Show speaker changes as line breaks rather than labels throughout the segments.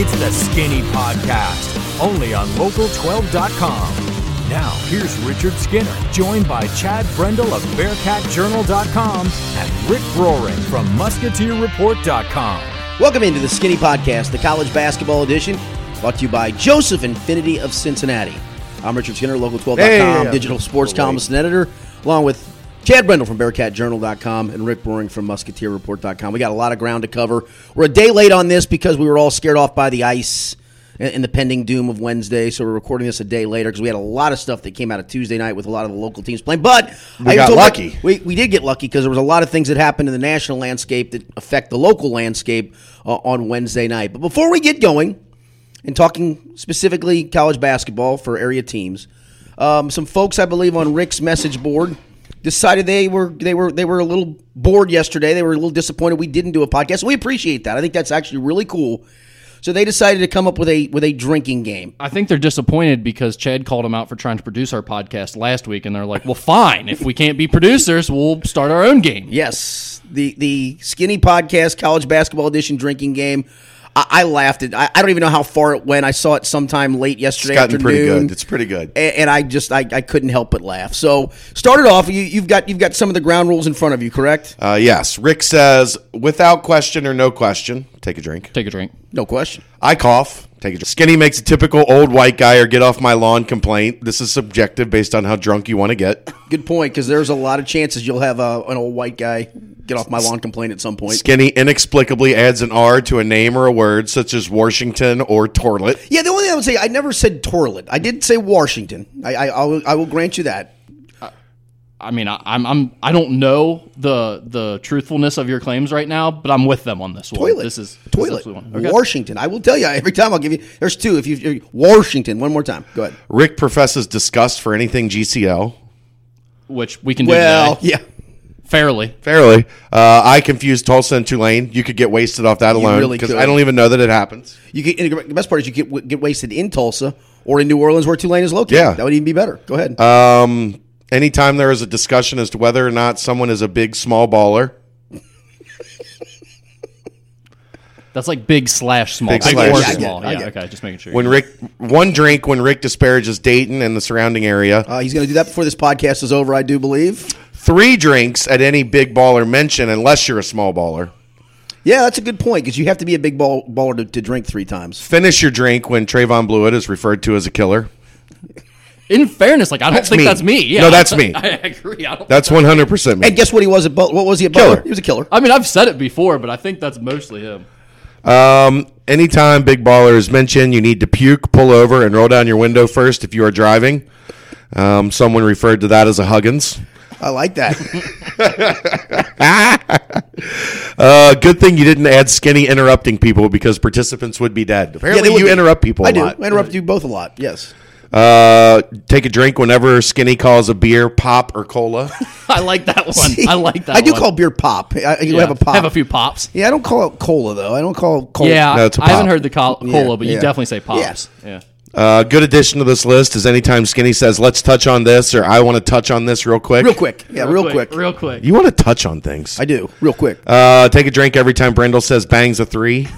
It's the Skinny Podcast, only on Local12.com. Now, here's Richard Skinner, joined by Chad Brendel of BearcatJournal.com and Rick Roaring from MusketeerReport.com.
Welcome into the Skinny Podcast, the college basketball edition, brought to you by Joseph Infinity of Cincinnati. I'm Richard Skinner, local12.com,
Hey.
digital sports columnist and editor, along with Chad Brendel from BearcatJournal.com and Rick Roaring from MusketeerReport.com. We got a lot of ground to cover. We're a day late on this because we were all scared off by the ice and, and the pending doom of Wednesday, so we're recording this a day later because we had a lot of stuff that came out of Tuesday night with a lot of the local teams playing. But
We got
told-
lucky.
we, we did get lucky because there was a lot of things that happened in the national landscape that affect the local landscape uh, on Wednesday night. But before we get going and talking specifically college basketball for area teams, um, some folks I believe on Rick's message board decided they were they were they were a little bored yesterday. They were a little disappointed we didn't do a podcast. We appreciate that. I think that's actually really cool. So they decided to come up with a with a drinking game.
I think they're disappointed because Chad called them out for trying to produce our podcast last week, and they're like, "Well, fine. If we can't be producers, we'll start our own game."
Yes, the the skinny podcast college basketball edition drinking game. I, I laughed at. I, I don't even know how far it went. I saw it sometime late yesterday
It's gotten
afternoon.
pretty good. It's pretty good.
A- and, I just I, I couldn't help but laugh. So started off. You, you've got you've got some of the ground rules in front of you, correct?
Uh, yes, Rick says without question or no question. Take a drink.
Take a drink.
No question.
I cough. Take a drink. Skinny makes a typical old white guy or get off my lawn complaint. This is subjective based on how drunk you want to get.
Good point, because there's a lot of chances you'll have a, an old white guy get off my lawn complaint at some point.
Skinny inexplicably adds an R to a name or a word such as Washington or toilet.
Yeah, the only thing I would say, I never said toilet. I did say Washington. I I, I, will, I will grant you that.
I mean, I, I'm I'm I don't know the the truthfulness of your claims right now, but I'm with them on this one.
toilet.
This is this is
toilet.
absolutely one. Okay.
Washington. I will tell you every time. I'll give you. There's two. If you Washington, one more time. Go ahead.
Rick professes disgust for anything GCL.
which we can do
Well,
today.
yeah.
fairly.
Fairly. Uh, I confuse Tulsa and Tulane. You could get wasted off that alone
really
because
could.
I don't even know that it happens.
You get and the best part is you get get wasted in Tulsa or in New Orleans where Tulane is located.
Yeah.
that would even be better. Go ahead.
Um, anytime there is a discussion as to whether or not someone is a big small baller,
That's like big slash small.
Big
Big,
slash
or
small.
small.
I
Yeah,
get it.
okay. Just making sure.
when Rick one drink when Rick disparages Dayton and the surrounding area,
uh, he's going to do that before this podcast is over. I do believe.
three drinks at any big baller mention unless you're a small baller.
Yeah, that's a good point because you have to be a big ball baller to, to drink three times.
Finish your drink when Trayvon Blewett is referred to as a killer.
in fairness, like I don't think
me.
that's me. Yeah,
No, that's me.
I agree. I, don't,
That's one hundred percent
And
me.
guess what? He was at Butler. What was he at
Killer.
Butler? He was a killer.
I mean, I've said it before, but I think that's mostly him.
Um, anytime big baller is mentioned, you need to puke, pull over, and roll down your window first if you are driving. Um, someone referred to that as a Huggins.
I like that.
Uh, good thing you didn't add skinny interrupting people because participants would be dead.
Yeah,
Apparently,
they would
you
be-
interrupt people a
I do.
lot.
I interrupt you both a lot. Yes.
Uh, take a drink whenever skinny calls a beer, pop, or cola.
I like that one. I like that.
I do
one.
call beer pop. I, you
Yeah.
have a pop.
Have a few pops.
Yeah, I don't call it cola though. I don't call it cola.
Yeah,
No, it's a
I haven't
pop.
heard the col- cola, but you
yeah.
definitely say pops.
Yes.
Yeah.
Uh, good addition to this list is anytime skinny says, "Let's touch on this," or "I want to touch on this real quick."
real quick. Yeah, real, quick.
Real quick.
You want to touch on things.
I do real quick.
Uh, take a drink every time Brendel says "bangs a three.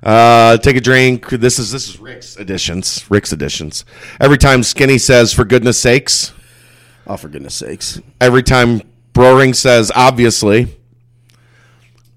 Uh, take a drink. This is this is Rick's editions. Rick's editions. Every time Skinny says "for goodness sakes,"
oh, for goodness sakes!
every time Broering says obviously.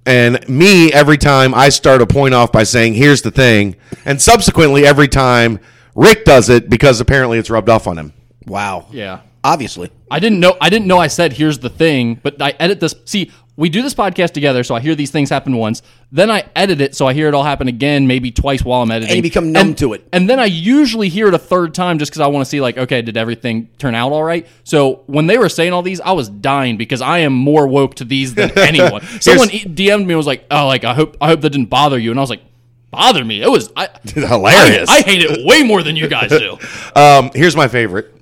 And me every time I start a point off by saying here's the thing, and subsequently every time Rick does it because apparently it's rubbed off on him.
Wow.
Yeah.
Obviously,
I didn't know. I didn't know. I said, "Here's the thing," but I edit this. See, we do this podcast together, so I hear these things happen once. Then I edit it, so I hear it all happen again, maybe twice while I'm editing.
And you become numb to it.
And then I usually hear it a third time, just because I want to see, like, okay, did everything turn out all right? So when they were saying all these, I was dying because I am more woke to these than anyone. Someone e- DM'd me and was like, "Oh, like I hope I hope that didn't bother you," and I was like, "Bother me? It was I."
Hilarious.
I, I hate it way more than you guys do.
Um, here's my favorite.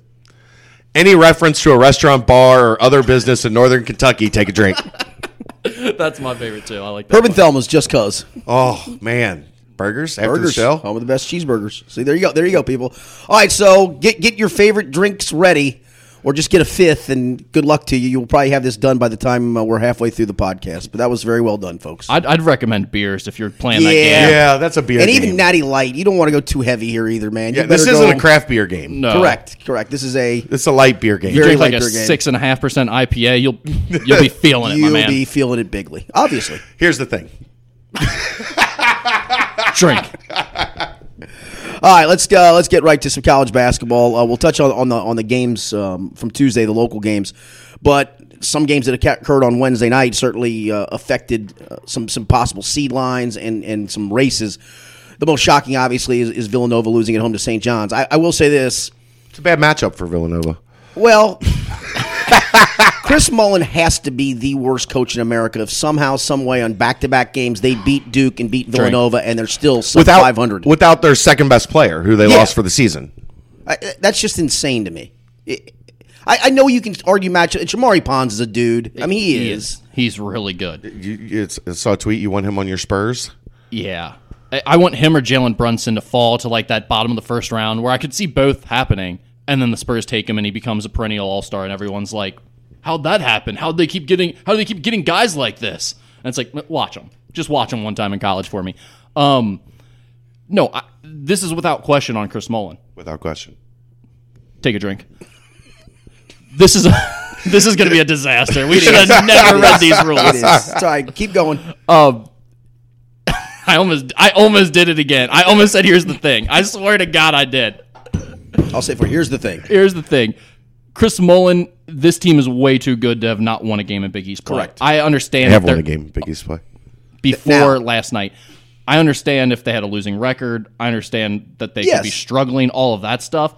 Any reference to a restaurant, bar, or other business in Northern Kentucky, take a drink.
That's my favorite too. I like that.
Urban Thelma's just cause
oh man, burgers after
burgers. Oh,
the show.
Home of the best cheeseburgers. See, there you go. There you go, people. All right, so get get your favorite drinks ready. or just get a fifth and good luck to you. You'll probably have this done by the time uh, we're halfway through the podcast. But that was very well done, folks.
I'd, I'd recommend beers if you're playing that
Yeah.
game.
Yeah, that's a beer.
and
game.
even Natty Light, you don't want to go too heavy here either, man. You
Yeah, this
better
isn't
go-
a uh, craft beer game.
No.
Correct, correct. This is a
It's a light beer game.
Very
Drink like a
light beer game.
six and a half percent IPA. You'll you'll be feeling it, my
you'll
man.
be feeling it bigly, obviously.
Here's the thing.
Drink.
All right, let's uh, let's get right to some college basketball. Uh, we'll touch on, on the on the games um, from Tuesday, the local games, but some games that occur- occurred on Wednesday night certainly uh, affected uh, some some possible seed lines and and some races. The most shocking, obviously, is, is Villanova losing at home to St. John's. I, I will say this:
It's a bad matchup for Villanova.
Well, Chris Mullen has to be the worst coach in America if somehow, some way, on back-to-back games they beat Duke and beat Villanova, and they're still sub
Without
500.
without their second best player, who they
Yeah.
lost for the season.
I, that's just insane to me. It- I, I know you can argue match. Jamari Pons is a dude. I mean, he,
He
is.
is. He's really good.
You, you it's, I saw a tweet. You want him on your Spurs?
Yeah. I, I want him or Jalen Brunson to fall to like that bottom of the first round where I could see both happening. And then the Spurs take him and he becomes a perennial all star and everyone's like, How'd that happen? How'd they keep getting how do they keep getting guys like this? And it's like, "Look, watch them. Just watch them one time in college for me. Um No, I, this is without question on Chris Mullen.
Without question.
Take a drink. This is a, this is going to be a disaster. We should have never read these
It
rules.
is. It's all right. Keep going.
I almost I almost did it again. I almost said here's the thing. I swear to God I did.
I'll say for here's the thing.
Here's the thing. Chris Mullen, this team is way too good to have not won a game in Big East play.
Correct.
I
They
understand
have
if they're-
won a game. in Big East play.
before
Now-
last night. I understand if they had a losing record. I understand that they
Yes.
could be struggling, all of that stuff.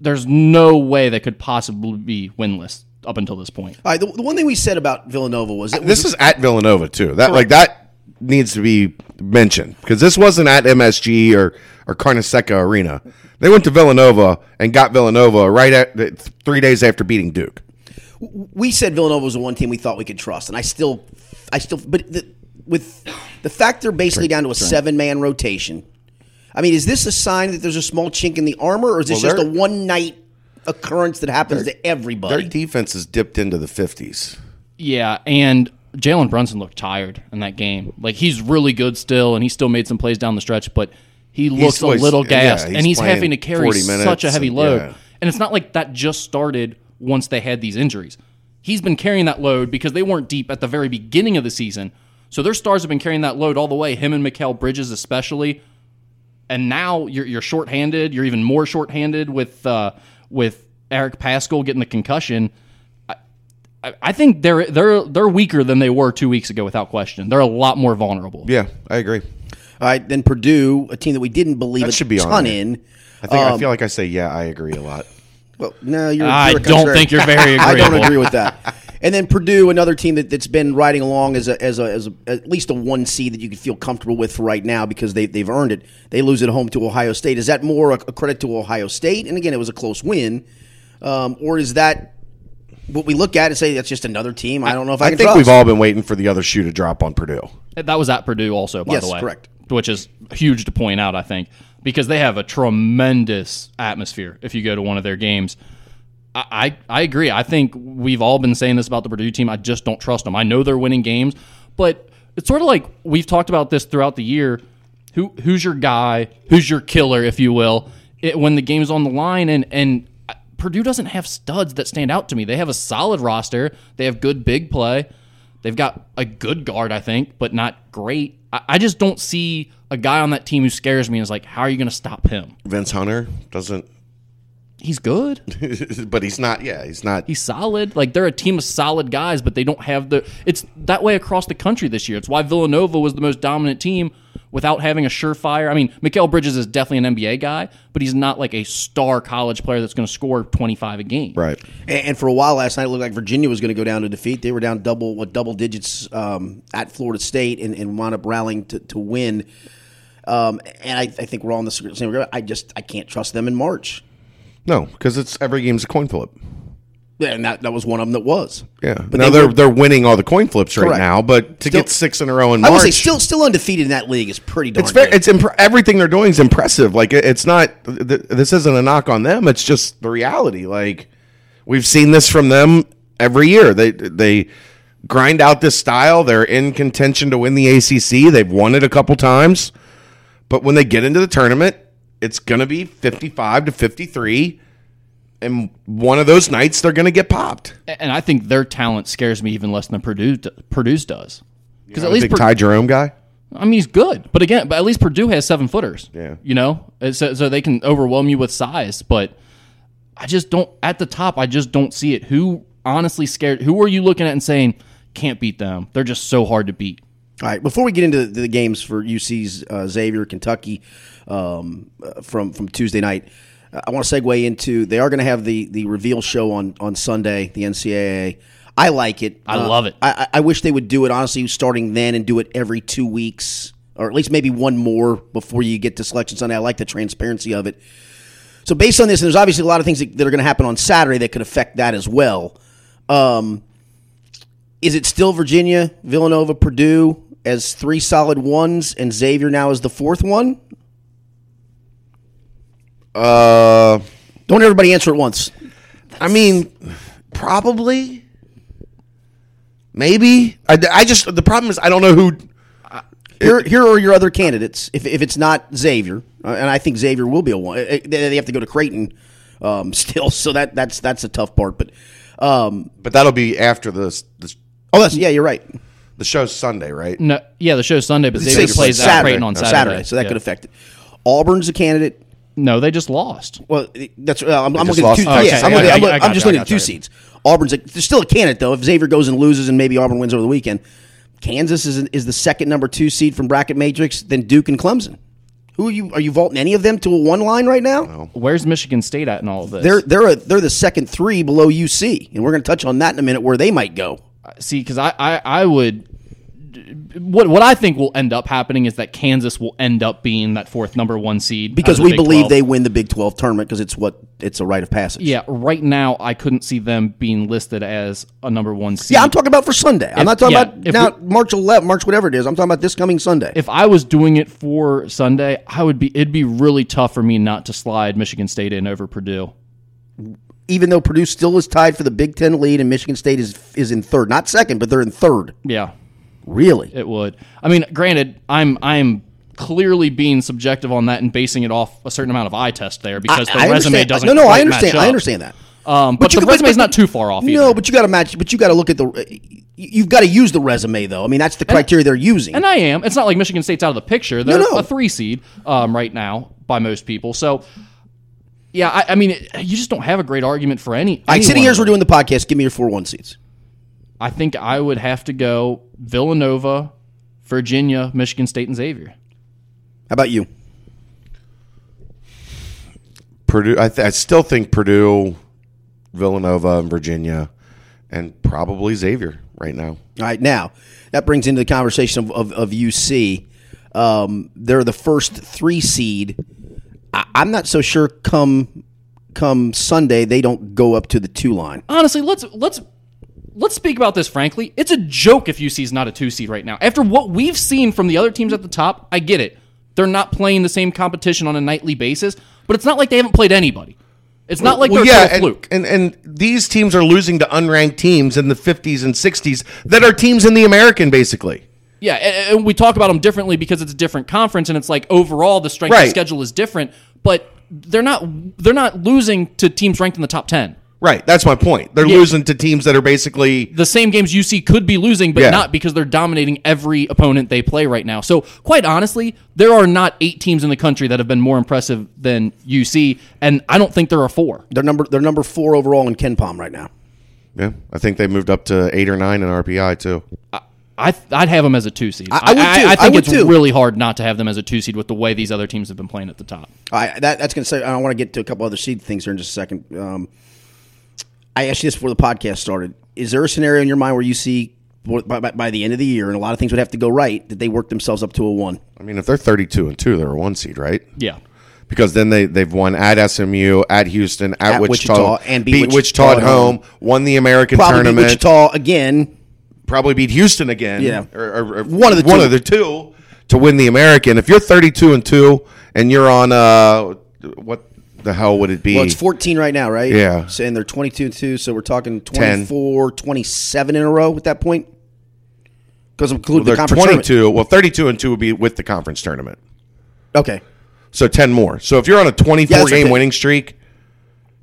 There's no way they could possibly be winless up until this point.
All right. The, the one thing we said about Villanova was it was
This is at Villanova too. That like that needs to be mentioned because this wasn't at MSG or or Carneseca Arena. They went to Villanova and got Villanova right at th- three days after beating Duke.
we said Villanova was the one team we thought we could trust, and I still, I still, but the, with the fact they're basically down to a seven man rotation, I mean, is this a sign that there's a small chink in the armor, or is this
Well,
just a
they're-
one night occurrence that happens to
Their
everybody?
defense has dipped into the fifties.
Yeah, and Jalen Brunson looked tired in that game. Like he's really good still, and he still made some plays down the stretch, but he looks a
always-
little
yeah,
gassed,
he's
and he's
playing
having to carry
40 minutes
such a heavy
and-
load.
yeah.
And it's not like that just started once they had these injuries. He's been carrying that load because they weren't deep at the very beginning of the season. So their stars have been carrying that load all the way. Him and Mikael Bridges, especially and now you're you're shorthanded. You're even more shorthanded with uh, with Eric Pascal getting the concussion. I- I, I think they're they're they're weaker than they were two weeks ago, without question. They're a lot more vulnerable.
Yeah, I agree.
All right, then Purdue, a team that we didn't believe
That
a
should be on
ton
there.
in.
I think I feel like I say yeah. I agree a lot.
Well, no, you're.
I
you're a
don't
contrarian.
think you're very
I
agreeable.
don't agree with that. And then Purdue, another team that, that's been riding along as a, as a as a, at least a one seed that you could feel comfortable with for right now because they they've earned it. They lose at home to Ohio State. Is that more a, a credit to Ohio State? And again, it was a close win, um, or is that what we look at and say that's just another team? I don't know if I,
I
can
think
trust.
we've all been waiting for the other shoe to drop on Purdue.
That was at Purdue, also by
Yes,
the way.
correct.
Which is huge to point out, I think, because they have a tremendous atmosphere. If you go to one of their games, I I, I agree. I think we've all been saying this about the Purdue team. I just don't trust them. I know they're winning games, but it's sort of like we've talked about this throughout the year. Who who's your guy? Who's your killer, if you will, it, when the game's on the line? And and Purdue doesn't have studs that stand out to me. They have a solid roster. They have good big play. They've got a good guard, I think, but not great. I, I just don't see a guy on that team who scares me and is like, how are you going to stop him?
Vince Hunter doesn't,
He's good.
but he's not. Yeah, he's not.
He's solid. Like they're a team of solid guys, but they don't have the. It's that way across the country this year. It's why Villanova was the most dominant team without having a surefire. I mean, Mikael Bridges is definitely an NBA guy, but he's not like a star college player that's going to score twenty five a game.
right.
And, and for a while last night, it looked like Virginia was going to go down to defeat. They were down double what double digits um, at Florida State and, and wound up rallying to, to win. Um, and I, I think we're all in the same regard. I just I can't trust them in March.
No, because it's every game's a coin flip.
Yeah, and that, that was one of them that was.
Yeah.
but they
now they are
were-
they're winning all the coin flips right
Correct.
now, but to
Still-
get six in a row in
I
March,
would say still still undefeated in that league is pretty darn
it's fair.
good.
It's impre- everything they're doing is impressive. Like it, it's not. Th- this isn't a knock on them. It's just the reality. Like we've seen this from them every year. They they grind out this style. They're in contention to win the ACC. They've won it a couple times, but when they get into the tournament, it's going to be fifty five to fifty three, and one of those nights they're going to get popped.
and I think their talent scares me even less than Purdue Purdue's does. Because at
Big
least Pur-
Ty Jerome guy.
I mean he's good, but again, but at least Purdue has seven footers.
Yeah.
you know, And so, so they can overwhelm you with size. But I just don't at the top. I just don't see it. Who honestly scared? Who are you looking at and saying can't beat them? They're just so hard to beat.
All right. Before we get into the, the games for UC's uh, Xavier, Kentucky, um, uh, from from Tuesday night, uh, I want to segue into they are going to have the the reveal show on on Sunday. The NCAA. I like it.
I love it.
I, I I wish they would do it honestly, starting then and do it every two weeks, or at least maybe one more before you get to selection Sunday. I like the transparency of it. So based on this, and there's obviously a lot of things that, that are going to happen on Saturday that could affect that as well. Um, is it still Virginia, Villanova, Purdue as three solid ones, and Xavier now is the fourth one?
Uh,
Don't everybody answer at once.
I mean, probably, maybe. I, I just the problem is I don't know who.
Here, here are your other candidates. If, if it's not Xavier, uh, and I think Xavier will be a one, uh, uh, they they have to go to Creighton um, still. So that that's that's a tough part. But um,
But that'll be after the the,
oh, that's yeah, you're right.
the show's Sunday, right?
No, yeah, the show's Sunday, but Xavier
Say
plays at Creighton on Saturday.
so that
Yeah.
could affect it. Auburn's a candidate.
No, they just lost.
Well, that's uh, I'm, I'm
just
looking at
lost
two.
to Texas
yeah, I'm,
A&M.
looking, I'm,
I-
looking-
I
I'm just
got
looking
you, I
at two
got you.
seeds. Auburn's a, there's still a candidate though. If Xavier goes and loses, and maybe Auburn wins over the weekend, Kansas is is the second number two seed from bracket matrix. Then Duke and Clemson. Who are you? Are you vaulting any of them to a one line right now?
Where's Michigan State at in all of this?
They're they're a, they're the second three below UC, and we're going to touch on that in a minute where they might go.
see because I, I I would what what I think will end up happening is that Kansas will end up being that fourth number one seed
Because
out of the
we
Big
believe
12.
they win the Big Twelve tournament because it's what it's a rite of passage.
yeah right now I couldn't see them being listed as a number one seed.
Yeah, I'm talking about for Sunday. I'm not talking
yeah,
about
if
now March 11, March whatever it is. I'm talking about this coming Sunday.
if I was doing it for Sunday, I would be. It'd be really tough for me not to slide Michigan State in over Purdue.
even though Purdue still is tied for the Big Ten lead and Michigan State is is in third, not second, but they're in third.
Yeah,
Really?
it would. I mean, granted, I'm I'm clearly being subjective on that and basing it off a certain amount of eye test there because the resume
understand.
doesn't.
No, no, I
quite match
understand.
up.
I understand that.
Um, but,
you
the
could-
resume's not too far off.
No,
either.
but you got to match. But you got to look at the. You've got to use the resume though. I mean, that's the criteria they're using.
And I am. It's not like Michigan State's out of the picture. They're
no.
a three seed um, right now by most people. So, yeah, I, I mean, it, you just don't have a great argument for any.
Like sitting
anyone.
here as we're doing the podcast, give me your four one seats.
I think I would have to go Villanova, Virginia, Michigan State, and Xavier.
How about you?
Purdue. I, th- I still think Purdue, Villanova, and Virginia, and probably Xavier right now.
All right, now that brings into the conversation of, of, of UC. Um, they're the first three seed. I, I'm not so sure. Come come Sunday, they don't go up to the two line.
Honestly, let's let's let's speak about this frankly. It's a joke if UC's not a two seed right now. After what we've seen from the other teams at the top, I get it. They're not playing the same competition on a nightly basis, but it's not like they haven't played anybody. It's not like
well,
they're
yeah,
a
and,
fluke.
and and these teams are losing to unranked teams in the 50s and 60s that are teams in the American, basically.
Yeah, and, and we talk about them differently because it's a different conference, and it's like overall the strength
Right.
of schedule is different. But they're not they're not losing to teams ranked in the top ten.
Right, that's my point. They're losing to teams that are basically
The same games UC could be losing, but
Yeah.
not because they're dominating every opponent they play right now. So, quite honestly, there are not eight teams in the country that have been more impressive than UC, and I don't think there are four.
They're number they're number four overall in Ken Palm right now.
Yeah, I think they moved up to eight or nine in RPI too.
I I'd have them as a two seed.
I would too.
I,
I
think
would
it's
too.
really hard not to have them as a two seed with the way these other teams have been playing at the top.
I that, that's gonna say I want to get to a couple other seed things here in just a second. Um, I asked you this before the podcast started. Is there a scenario in your mind where you see by, by, by the end of the year, and a lot of things would have to go right, that they work themselves up to a one?
I mean, if they're thirty-two and two, they're a one seed, right?
Yeah.
because then they they've won at SMU, at Houston, at,
At
Wichita,
Wichita, and beat
beat
Wichita
Wichita at
at
home, won the American
Probably
tournament,
Wichita again.
probably beat Houston again,
Yeah.
or, or- or
One of the
one
two.
of the two to win the American. If you're 32 and two and you're on uh what the hell would it be?
Well, it's 14 right now, right?
E. Yeah.
So, and they're 22 and 2, so we're talking 24, 27 in a row at that point. Because include
they're
the conference
22.
tournament.
Well, 32 and two would be with the conference tournament.
Okay.
So ten more. So if you're on a 24
Yeah, that's
game
okay.
winning streak,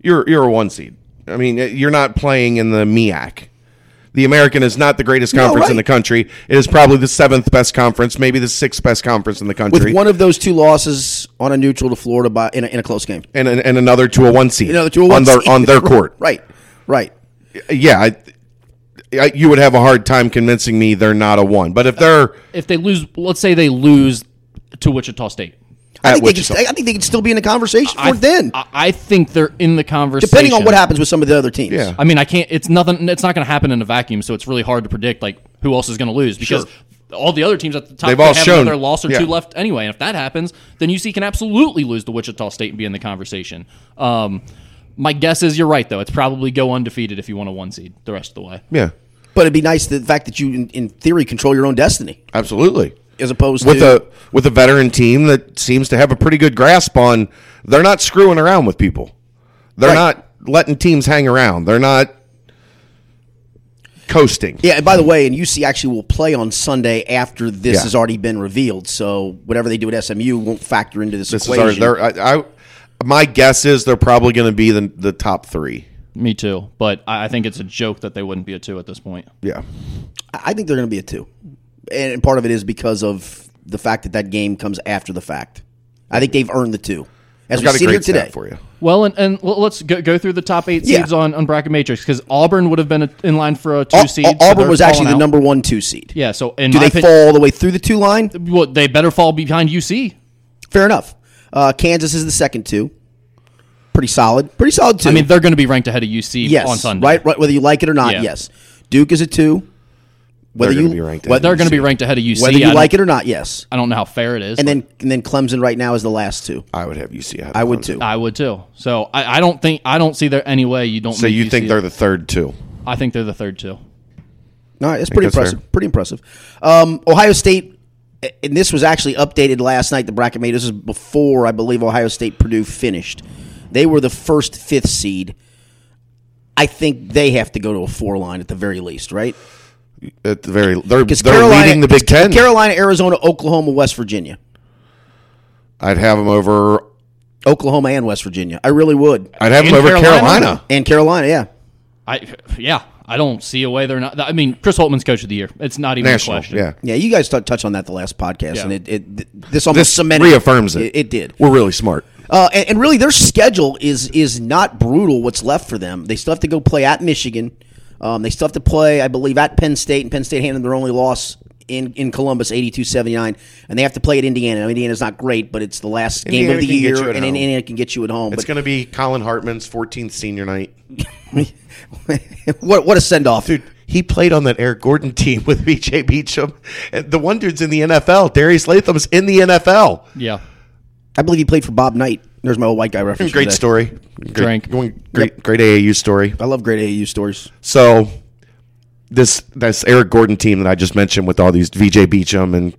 you're you're a one seed. I mean, you're not playing in the MIAC. The American is not the greatest conference in
right.
the country. It is probably the seventh best conference, maybe the sixth best conference in the
With
country,
one of those two losses on a neutral to Florida by in a, in a close game.
and, and and another to a one seed.
You know, the two
on their on their court.
Right. Right.
Yeah, I, I, you would have a hard time convincing me they're not a one. But if they're
If they lose, let's say they lose to Wichita State.
I
at
think, they could,
Wichita,
st- I think they could still be in the conversation
I-
for then,
I, I think they're in the conversation.
depending on what happens with some of the other teams.
Yeah.
I mean, I can't. It's nothing. It's not going to happen in a vacuum. So it's really hard to predict like who else is going to lose because all the other teams at the top
They've
could
all
have
shown-
another loss or
yeah.
two left anyway. And if that happens, then UC can absolutely lose to Wichita State and be in the conversation. Um, my guess is you're right though. It's probably go undefeated if you want a one seed the rest of the way.
yeah,
But it'd be nice the fact that you, in, in theory, control your own destiny
absolutely.
as opposed
with
to
a with a veteran team that seems to have a pretty good grasp on they're not screwing around with people. They're
Right.
not letting teams hang around. They're not coasting.
Yeah, and by the way, and UC actually will play on Sunday after this
Yeah.
has already been revealed. So whatever they do at SMU won't factor into this,
This is
equation.
our, they're, I, I, my guess is they're probably going to be the, the top three.
Me too. But I, I think it's a joke that they wouldn't be a two at this point.
Yeah,
I think they're going to be a two, and and part of it is because of the fact that that game comes after the fact. I think they've earned the two as
I've
we
got a
sit here
great stat
today.
for you.
Well, and, and l- let's go, go through the top eight
Yeah.
seeds on, on bracket matrix because Auburn would have been a, in line for a two
Au-
seed.
Au-
so
Auburn
they're
was actually
falling
the
out.
number one two seed.
Yeah. So in
Do
my
they
opinion-
fall all the way through the two line?
Well, they better fall behind UC.
Fair enough. Uh, Kansas is the second two. Pretty solid. Pretty solid two.
I mean, they're going to be ranked ahead of UC
yes,
on Sunday.
right? Right. Whether you like it or not,
Yeah.
yes. Duke is a two. Whether
They're
you
gonna be ranked
whether-
ahead.
They're going to be ranked ahead of UC.
whether
I
you
don't-
like it or not, yes.
I don't know how fair it is.
And then and then Clemson right now is the last two.
I would have UC. ahead of
I would
Clemson.
too.
I would too. So I, I don't think I don't see there any way you don't.
So
make
you
UC.
think they're the third two?
I think they're the third two.
All right, that's pretty
that's fair.
impressive. Pretty impressive. Um, Ohio State, and this was actually updated last night. The bracket made this is before I believe Ohio State Purdue finished. They were the first fifth seed. I think they have to go to a four line at the very least, right?
At the very they're
Because
they're leading the Big Ten.
Carolina, Arizona, Oklahoma, West Virginia,
I'd have them over.
Oklahoma, and West Virginia. I really would.
I'd have
In
them over
Carolina?
Carolina.
And Carolina, yeah.
I yeah. I don't see a way they're not. I mean, Chris Holtman's coach of the year. It's not even
National,
a question.
yeah.
Yeah, you guys t- touched on that the last podcast,
Yeah.
and it, it th- this almost
This
cemented
reaffirms it.
It, it did.
We're really smart.
Uh, and, and really, their schedule is is not brutal. What's left for them? They still have to go play at Michigan. Um, they still have to play, I believe, at Penn State, and Penn State handed them their only loss in, in Columbus, 82-79. and they have to play at Indiana. Now, Indiana's not great, but it's the last game
Indiana
of the
can get
year,
you at
and
home.
Indiana can get you at home.
It's
But
going to be Colin Hartman's 14th senior night.
what what a send off!
Dude, he played on that Eric Gordon team with BJ Beecham. And the one dude's in the NFL. Darius Latham's in the NFL.
Yeah.
I believe he played for Bob Knight. There's my old white guy reference. for
Great
that.
story.
Drink.
Great, great, great AAU story.
I love great AAU stories.
So this this Eric Gordon team that I just mentioned with all these VJ Beecham and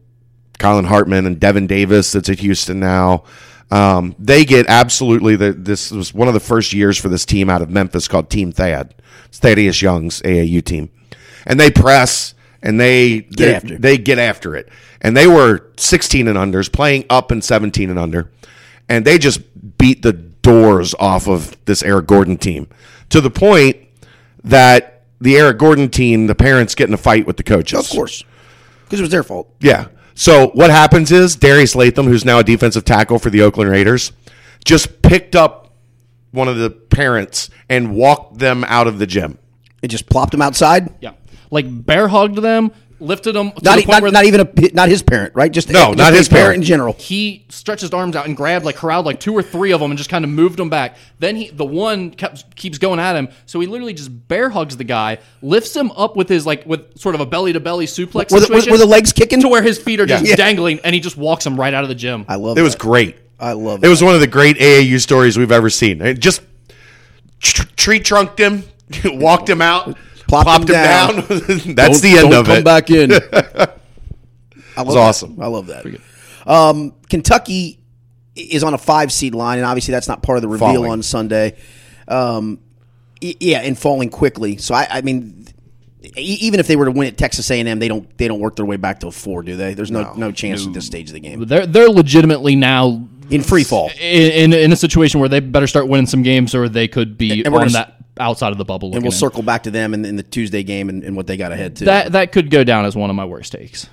Colin Hartman and Devin Davis that's at Houston now. Um, they get absolutely the, this was one of the first years for this team out of Memphis called Team Thad. It's Thaddeus Young's AAU team. And they press and they they,
after it.
they get after it. And they were 16 and unders playing up and 17 and under. And they just beat the doors off of this Eric Gordon team to the point that the Eric Gordon team, the parents get in a fight with the coaches.
Of course, because it was their fault.
Yeah. So what happens is Darius Latham, who's now a defensive tackle for the Oakland Raiders, just picked up one of the parents and walked them out of the gym.
It just plopped him outside.
Yeah. Like bear hugged them, lifted them to
Not, e,
the point
not,
where
not even a, not his parent, right? Just
No,
just
not his parent.
in general.
he stretched his arms out and grabbed like corralled like two or three of them and just kind of moved them back. Then he the one kept keeps going at him, so he literally just bear hugs the guy, lifts him up with his like with sort of a belly to belly suplex
Were the-
situation.
were the legs kicking?
to where his feet are just
Yeah.
dangling, and he just walks him right out of the gym.
I love
It was great.
I love
It was one of the great AAU stories we've ever seen. It just tr- tree trunked him, walked him out,
Plopped
plopped,
him
him
down.
down. That's the end
don't
of
come
it.
back in. I love
was
that.
awesome.
I love that. Um, Kentucky is on a five seed line, and obviously that's not part of the reveal
Falling.
on Sunday. Um, y- yeah, and falling quickly. So I, I mean, e- even if they were to win at Texas A and M, they don't they don't work their way back to a four, do they? There's no no, chance at this stage of the game
They're they're legitimately now
in free fall.
in, in in a situation where they better start winning some games, or they could be
And we're
on
gonna s-
that outside of the bubble.
And
looking
we'll
in.
circle back to them in, in the Tuesday game and, and what they got ahead to.
that that could go down as one of my worst takes.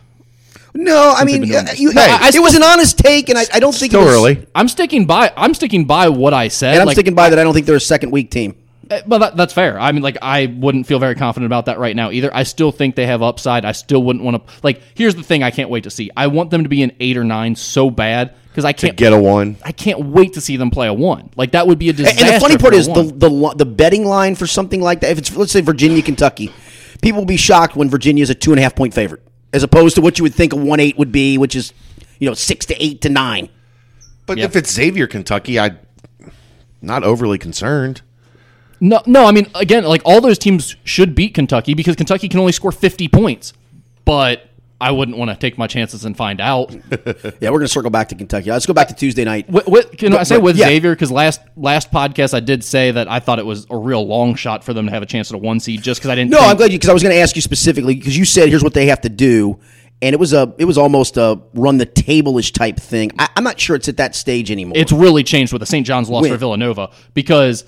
no, I mean,
been
uh,
doing this.
you,
Hey,
I-
I
it was an honest take, and I, I don't think
Still
it was,
early.
I'm sticking by. I'm sticking by what I said.
And I'm
like,
sticking by that. I don't think they're a second week team.
Uh, Well, that, that's fair. I mean, like, I wouldn't feel very confident about that right now either. I still think they have upside. I still wouldn't want to. Like, here's the thing: I can't wait to see. I want them to be an eight or nine so bad because I can't
Get a one.
I can't wait to see them play a one. Like, that would be a disaster.
And the funny part
for a
is the,
one.
the lo- the betting line for something like that. If it's let's say Virginia, Kentucky, people will be shocked when Virginia is a two and a half point favorite, as opposed to what you would think a one eight would be, which is you know six to eight to nine.
But
Yeah.
if it's Xavier, Kentucky, I'm not overly concerned.
no, no. I mean, again, like all those teams should beat Kentucky because Kentucky can only score 50 points. But I wouldn't want to take my chances and find out.
Yeah, we're gonna circle back to Kentucky. Let's go back to Tuesday night.
What, what, can I say
but-
with
yeah.
Xavier? Because last last podcast I did say that I thought it was a real long shot for them to have a chance at a one seed just because I didn't.
No,
think-
I'm glad you because I was going to ask you specifically because you said here's what they have to do, and it was a it was almost a run the table ish type thing. I, I'm not sure it's at that stage anymore.
it's really changed with the St. John's loss
Win.
for Villanova because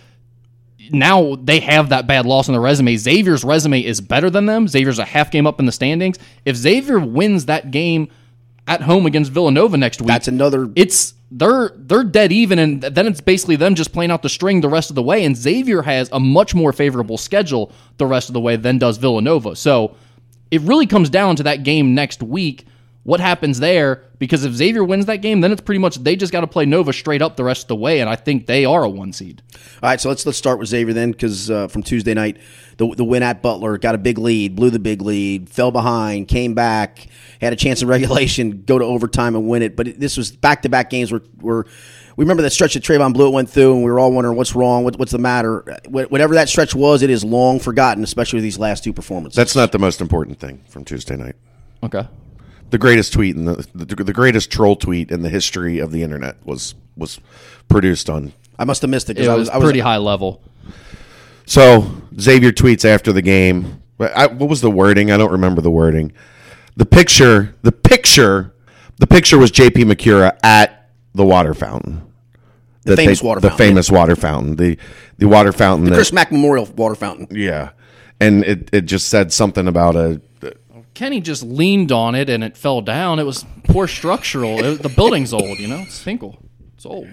now they have that bad loss on their resume. Xavier's resume is better than them. Xavier's a half game up in the standings. If Xavier wins that game at home against Villanova next week,
That's another-
It's they're they're dead even, and th- then it's basically them just playing out the string the rest of the way. And Xavier has a much more favorable schedule the rest of the way than does Villanova. So it really comes down to that game next week. What happens there? Because if Xavier wins that game, then it's pretty much they just got to play Nova straight up the rest of the way, and I think they are a one seed.
All right, so let's let's start with Xavier then, because uh, from Tuesday night, the the win at Butler got a big lead, blew the big lead, fell behind, came back, had a chance in regulation, go to overtime and win it. But it, this was back to back games where where we remember that stretch that Trayvon Blewett went through, and we were all wondering what's wrong, what, what's the matter. Wh- Whatever that stretch was, it is long forgotten, especially with these last two performances.
That's not the most important thing from Tuesday night.
Okay.
The greatest tweet and the, the the greatest troll tweet in the history of the internet was was produced on
I must have missed it because
It
I
was,
was, I was
pretty high level.
So Xavier tweets after the game. I, what was the wording? I don't remember the wording. The picture, the picture, the picture was J.P. McCura at the water fountain. The,
famous water
the
fountain.
famous water fountain. The the water fountain. that,
Chris Mack Memorial Water Fountain.
yeah, and it, it just said something about a.
Kenny just leaned on it and it fell down. It was poor structural. It- the building's old, you know. It's single. It's old.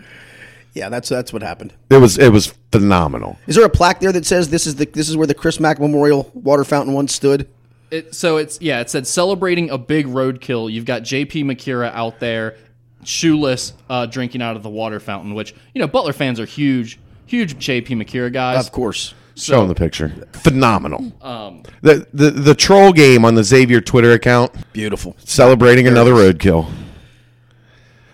Yeah, that's that's what happened.
It was it was phenomenal.
Is there a plaque there that says this is the this is where the Chris Mack Memorial Water Fountain once stood?
It, so it's yeah. It said celebrating a big roadkill. You've got J.P. Makira out there, shoeless, uh, drinking out of the water fountain. Which you know, Butler fans are huge, huge J.P. Makira guys.
Of course.
Show him the picture. Phenomenal.
Um,
the, the the troll game on the Xavier Twitter account
Beautiful.
celebrating another roadkill.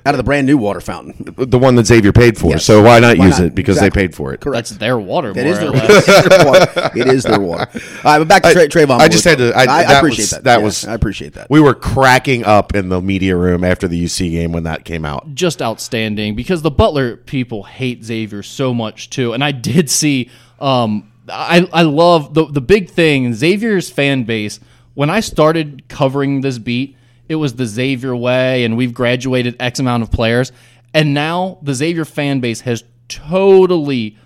Out of the brand new water fountain.
the one that Xavier paid for.
Yes.
So why not
Why
use
not?
it because
Exactly.
they paid for it.
Correct.
That's their water.
It
more
is,
or
their,
less.
it is their water. It is their water. All right, but back to Tra- Trayvon.
I just had
Blewett.
to. I, that
appreciate
was,
that.
That
Yeah,
was.
I appreciate that.
We were cracking up in the media room after the UC game when that came out.
just outstanding because the Butler people hate Xavier so much too. And I did see, um, I I love the the big thing Xavier's fan base. When I started covering this beat, it was the Xavier way, and we've graduated X amount of players, and now the Xavier fan base has totally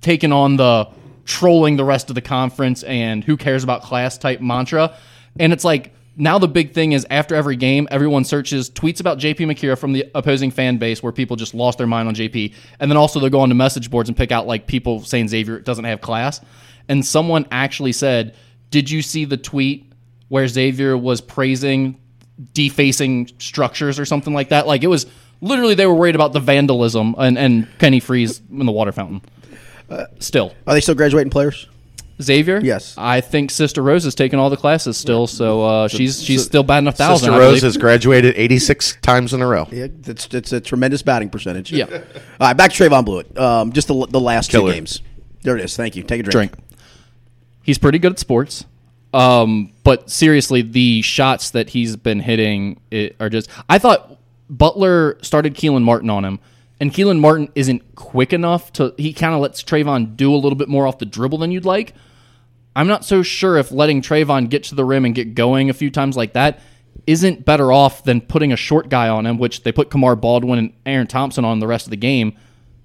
taken on the trolling the rest of the conference and who cares about class type mantra. And it's like now the big thing is after every game, everyone searches tweets about JP Makira from the opposing fan base where people just lost their mind on JP. And then also they'll go on to message boards and pick out like people saying Xavier doesn't have class. And someone actually said, Did you see the tweet where Xavier was praising defacing structures or something like that? Like it was literally they were worried about the vandalism and, and Kenny Freeze in the water fountain. Still,
Are they still graduating players?
Xavier.
Yes.
I think Sister Rose is taking all the classes still, so uh, she's she's still batting a thousand.
Sister
I
Rose
believe.
has graduated 86 times in a row.
Yeah, that's that's a tremendous batting percentage.
Yeah.
All right, back to Trayvon Blewett. Um, just the, the last
Killer.
two games. There it is. Thank you. Take a drink.
drink. He's pretty good at sports. Um, but seriously, the shots that he's been hitting i- are just. I thought Butler started Keelan Martin on him, and Keelan Martin isn't quick enough to. He kind of lets Trayvon do a little bit more off the dribble than you'd like. I'm not so sure if letting Trayvon get to the rim and get going a few times like that isn't better off than putting a short guy on him, which they put Kamar Baldwin and Aaron Thompson on the rest of the game.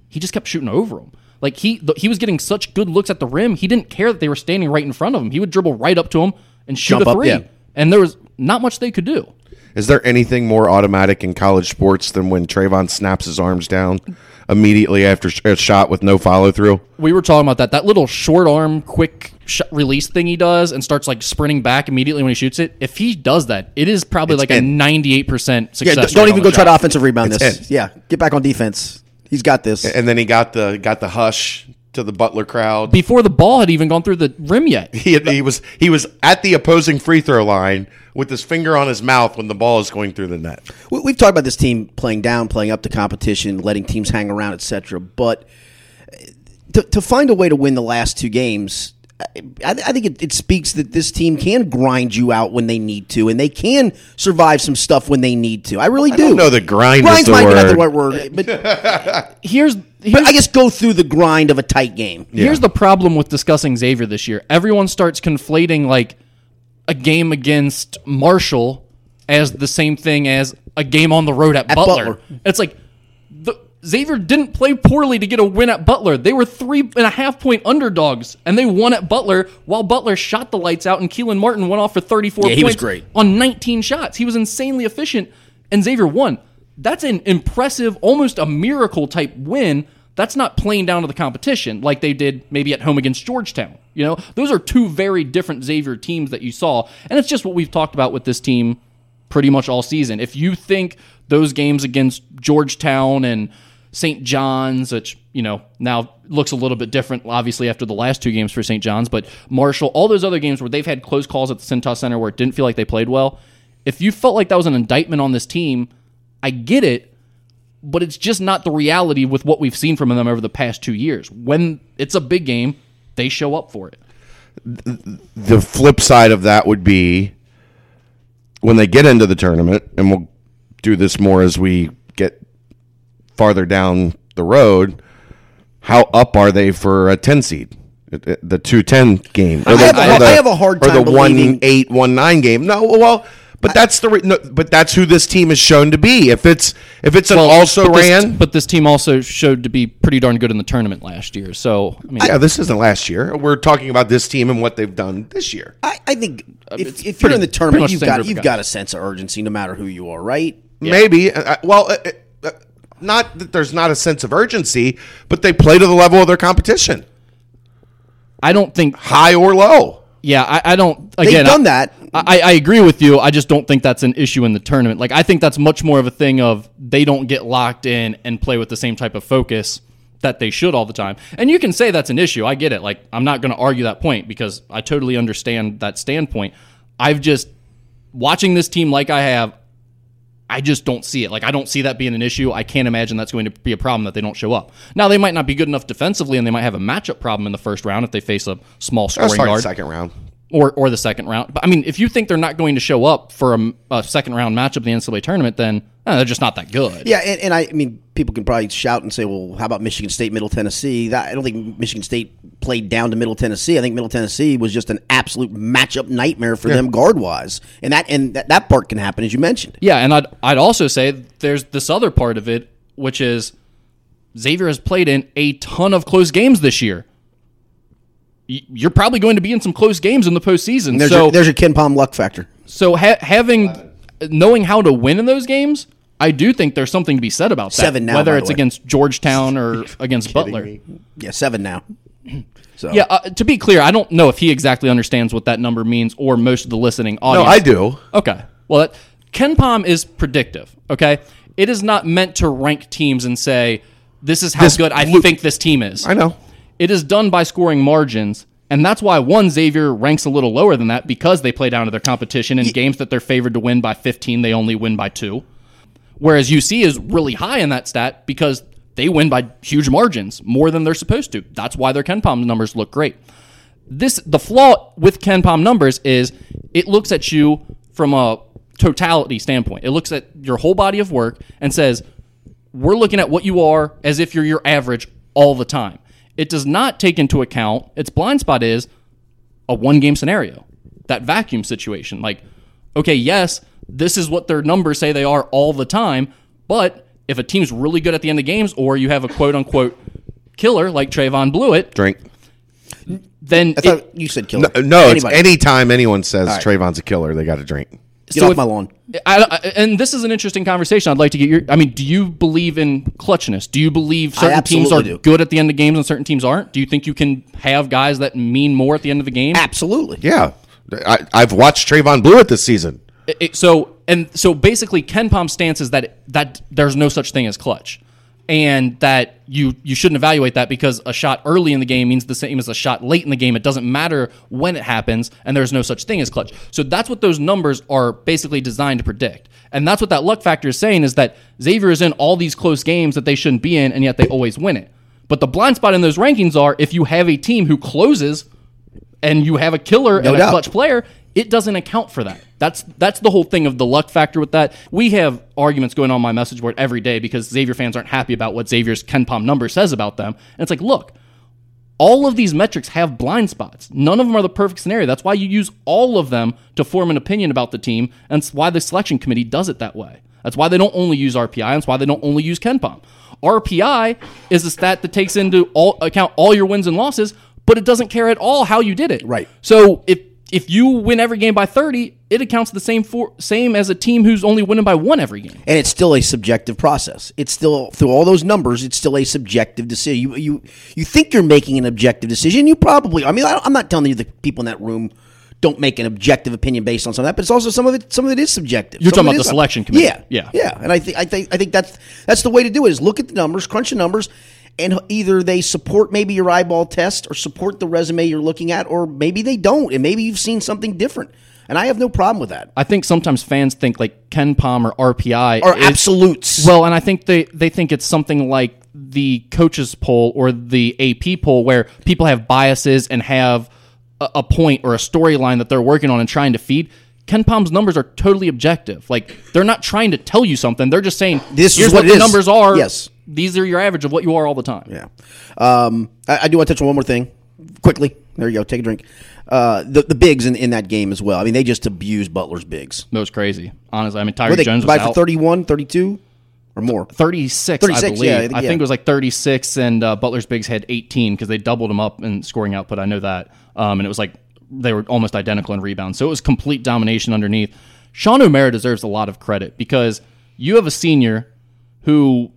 He just kept shooting over him. Like he th- he was getting such good looks at the rim, he didn't care that they were standing right in front of him. He would dribble right up to him and shoot
Jump
a
up,
three.
yeah.
And there was not much they could do.
Is there anything more automatic in college sports than when Trayvon snaps his arms down immediately after sh- a shot with no follow through?
we were talking about that that little short arm quick sh- release thing he does and starts like sprinting back immediately when he shoots it if he does that it is probably like
in.
a 98%
Yeah,
success
d-
rate
don't
on
even
the
go try
shot.
to offensive rebound
It's
this.
in.
Yeah, get back on defense. He's got this.
And then he got the got the hush to the Butler crowd.
before the ball had even gone through the rim yet
he, he was he was at the opposing free throw line with his finger on his mouth when the ball is going through the net.
We, we've talked about this team playing down, playing up to competition, letting teams hang around, etc. But uh, to, to find a way to win the last two games, I, I think it, it speaks that this team can grind you out when they need to, and they can survive some stuff when they need to. I really do.
don't know that grind is
Grind's
the
might be not the
word.
right word, but, but
here's here's,
I guess go through the grind of a tight game.
here's the problem with discussing xavier this year everyone starts conflating like a game against marshall as the same thing as a game on the road at,
Butler.
butler. it's like the Xavier didn't play poorly to get a win at Butler. They were three and a half point underdogs, and they won at Butler while Butler shot the lights out, and Keelan Martin went off for 34
Yeah, he
points
was great.
on 19 shots. He was insanely efficient, and Xavier won. That's an impressive, almost a miracle type win. That's not playing down to the competition like they did maybe at home against Georgetown. You know, those are two very different Xavier teams that you saw, and it's just what we've talked about with this team pretty much all season. If you think those games against Georgetown and St. John's, which you know now looks a little bit different, obviously after the last two games for St. John's, but Marshall, all those other games where they've had close calls at the Centos Center where it didn't feel like they played well. If you felt like that was an indictment on this team, I get it, but it's just not the reality with what we've seen from them over the past two years. When it's a big game, they show up for it.
The flip side of that would be when they get into the tournament, and we'll do this more as we get farther down the road. How up are they for a ten seed? The two ten game. Or
I
the,
have a-
or the-
I have a hard
Or
time
the one
believing-
eight one nine game. No, well, but that's the re- no, but that's who this team is shown to be. If it's if it's an also
but
ran,
This, but this team also showed to be pretty darn good in the tournament last year. So I mean,
yeah, this isn't last year. We're talking about this team and what they've done this year.
I, I think if, if
pretty-
you're in the
pretty
tournament,
much
you've
the same
got
group of
you've
guys.
got a sense of urgency, no matter who you are, right?
Maybe. Uh, uh, well, uh, uh, not that there's not a sense of urgency, but they play to the level of their competition,
I don't think.
high or low.
Yeah, I, I don't.
They've
Again,
done
I-
that.
I, I agree with you. I just don't think that's an issue in the tournament. Like I think that's much more of a thing of they don't get locked in and play with the same type of focus that they should all the time. And you can say that's an issue. I get it. Like I'm not going to argue that point because I totally understand that standpoint. I've just watching this team like I have I just don't see it. Like I don't see that being an issue. I can't imagine that's going to be a problem that they don't show up. Now they might not be good enough defensively, and they might have a matchup problem in the first round if they face a small
Let's
scoring
start in the
guard
second round.
or or the second round. But I mean, if you think they're not going to show up for a, a second round matchup in the NCAA tournament, then eh, they're just not that good.
Yeah, and, and I, I mean, people can probably shout and say, "Well, how about Michigan State, Middle Tennessee?" That, I don't think Michigan State played down to Middle Tennessee. I think Middle Tennessee was just an absolute matchup nightmare for them guard wise, and that and that, that part can happen as you mentioned.
Yeah, and I'd I'd also say there's this other part of it, which is Xavier has played in a ton of close games this year. Y- You're probably going to be in some close games in the postseason.
There's,
so
your, there's your Ken Palm luck factor.
So ha- having knowing how to win in those games, I do think there's something to be said about that.
Seven now, by
whether
the
it's
way.
against Georgetown or against Butler.
Yeah, seven now. So
Oh.
Yeah. Uh, to be clear, I don't know if he exactly understands what that number means, or most of the listening
No,
Oh,
audience.
I do.
Okay. Well, that, Ken Palm is predictive. Okay, it is not meant to rank teams and say this is how good I think this team is.
I know.
It is done by scoring margins, And that's why one Xavier ranks a little lower than that because they play down to their competition in games that they're favored to win by 15, they only win by 2. Whereas UC is really high in that stat because they win by huge margins, more than they're supposed to. That's why their Ken Palm numbers look great. This the flaw with Ken Palm numbers is it looks at you from a totality standpoint. It looks at your whole body of work and says, we're looking at what you are as if you're your average all the time. It does not take into account its blind spot is a one game scenario, that vacuum situation. Like, okay, yes, this is what their numbers say they are all the time, but if a team's really good at the end of games or you have a quote unquote killer like Trayvon Blewett,
Drink.
then
I
it-
thought you said killer.
No, it's
Anybody.
anytime anyone says
right.
Trayvon's a killer, they got to drink.
Get
so
off
if-
my lawn.
I, I- and this is an interesting conversation. I'd like to get your. I mean, do you believe in clutchness? Do you believe certain teams are
absolutely do.
good at the end of games and certain teams aren't? Do you think you can have guys that mean more at the end of the game?
Absolutely.
Yeah, I, I've watched Trayvon Blewett this season.
It- it- so and so basically, Ken Palm's stance is that that there's no such thing as clutch, and that you you shouldn't evaluate that because a shot early in the game means the same as a shot late in the game. It doesn't matter when it happens, and there's no such thing as clutch. So that's what those numbers are basically designed to predict, and that's what that luck factor is saying is that Xavier is in all these close games that they shouldn't be in, and yet they always win it. But the blind spot in those rankings are if you have a team who closes and you have a killer and a
doubt.
clutch player, it doesn't account for that. That's that's the whole thing of the luck factor with that. We have arguments going on my message board every day because Xavier fans aren't happy about what Xavier's Ken Palm number says about them. And it's like, look, all of these metrics have blind spots. None of them are the perfect scenario. That's why you use all of them to form an opinion about the team, and it's why the selection committee does it that way. That's why they don't only use RPI, and it's why they don't only use Ken Palm. RPI is a stat that takes into all account all your wins and losses, but it doesn't care at all how you did it.
Right.
So if if you win every game by thirty, it accounts the same for same as a team who's only winning by one every game.
and it's still a subjective process. It's still through all those numbers. It's still a subjective decision. You you you think you're making an objective decision. You probably. I mean, I, I'm not telling you the people in that room don't make an objective opinion based on some of that, but it's also some of it. Some of it is subjective.
You're
Some of it
talking about
is
the
not.
selection committee.
Yeah,
Yeah.
yeah. And I think I think I think that's that's the way to do it is look at the numbers, crunch the numbers. And either they support maybe your eyeball test or support the resume you're looking at, or maybe they don't. And maybe you've seen something different. And I have no problem with that.
I think sometimes fans think like Ken Palm or RPI
Or
is-
absolutes.
Well, and I think they they think it's something like the coaches poll or the AP poll where people have biases and have a, a point or a storyline that they're working on and trying to feed. Ken Palm's numbers are totally objective. Like they're not trying to tell you something. They're just saying
This is
here's
what
what,
it
the
is."
numbers are.
Yes.
These are your average of what you are all the time.
Yeah. Um, I, I do want to touch on one more thing quickly. There you go. Take a drink. Uh, the, the bigs in, in that game as well. I mean, they just abused Butler's bigs.
That was crazy. Honestly, I mean
Were
Tyree
they
Jones was
tied for
out.
31, 32, or more?
36,
36,
I believe.
yeah, I
I,
think-
think,
yeah.
it was like 36, and uh, Butler's Bigs had 18 because they doubled them up in scoring output. I know that. Um, and it was like they were almost identical in rebounds. So it was complete domination underneath. Sean O'Mara deserves a lot of credit because you have a senior who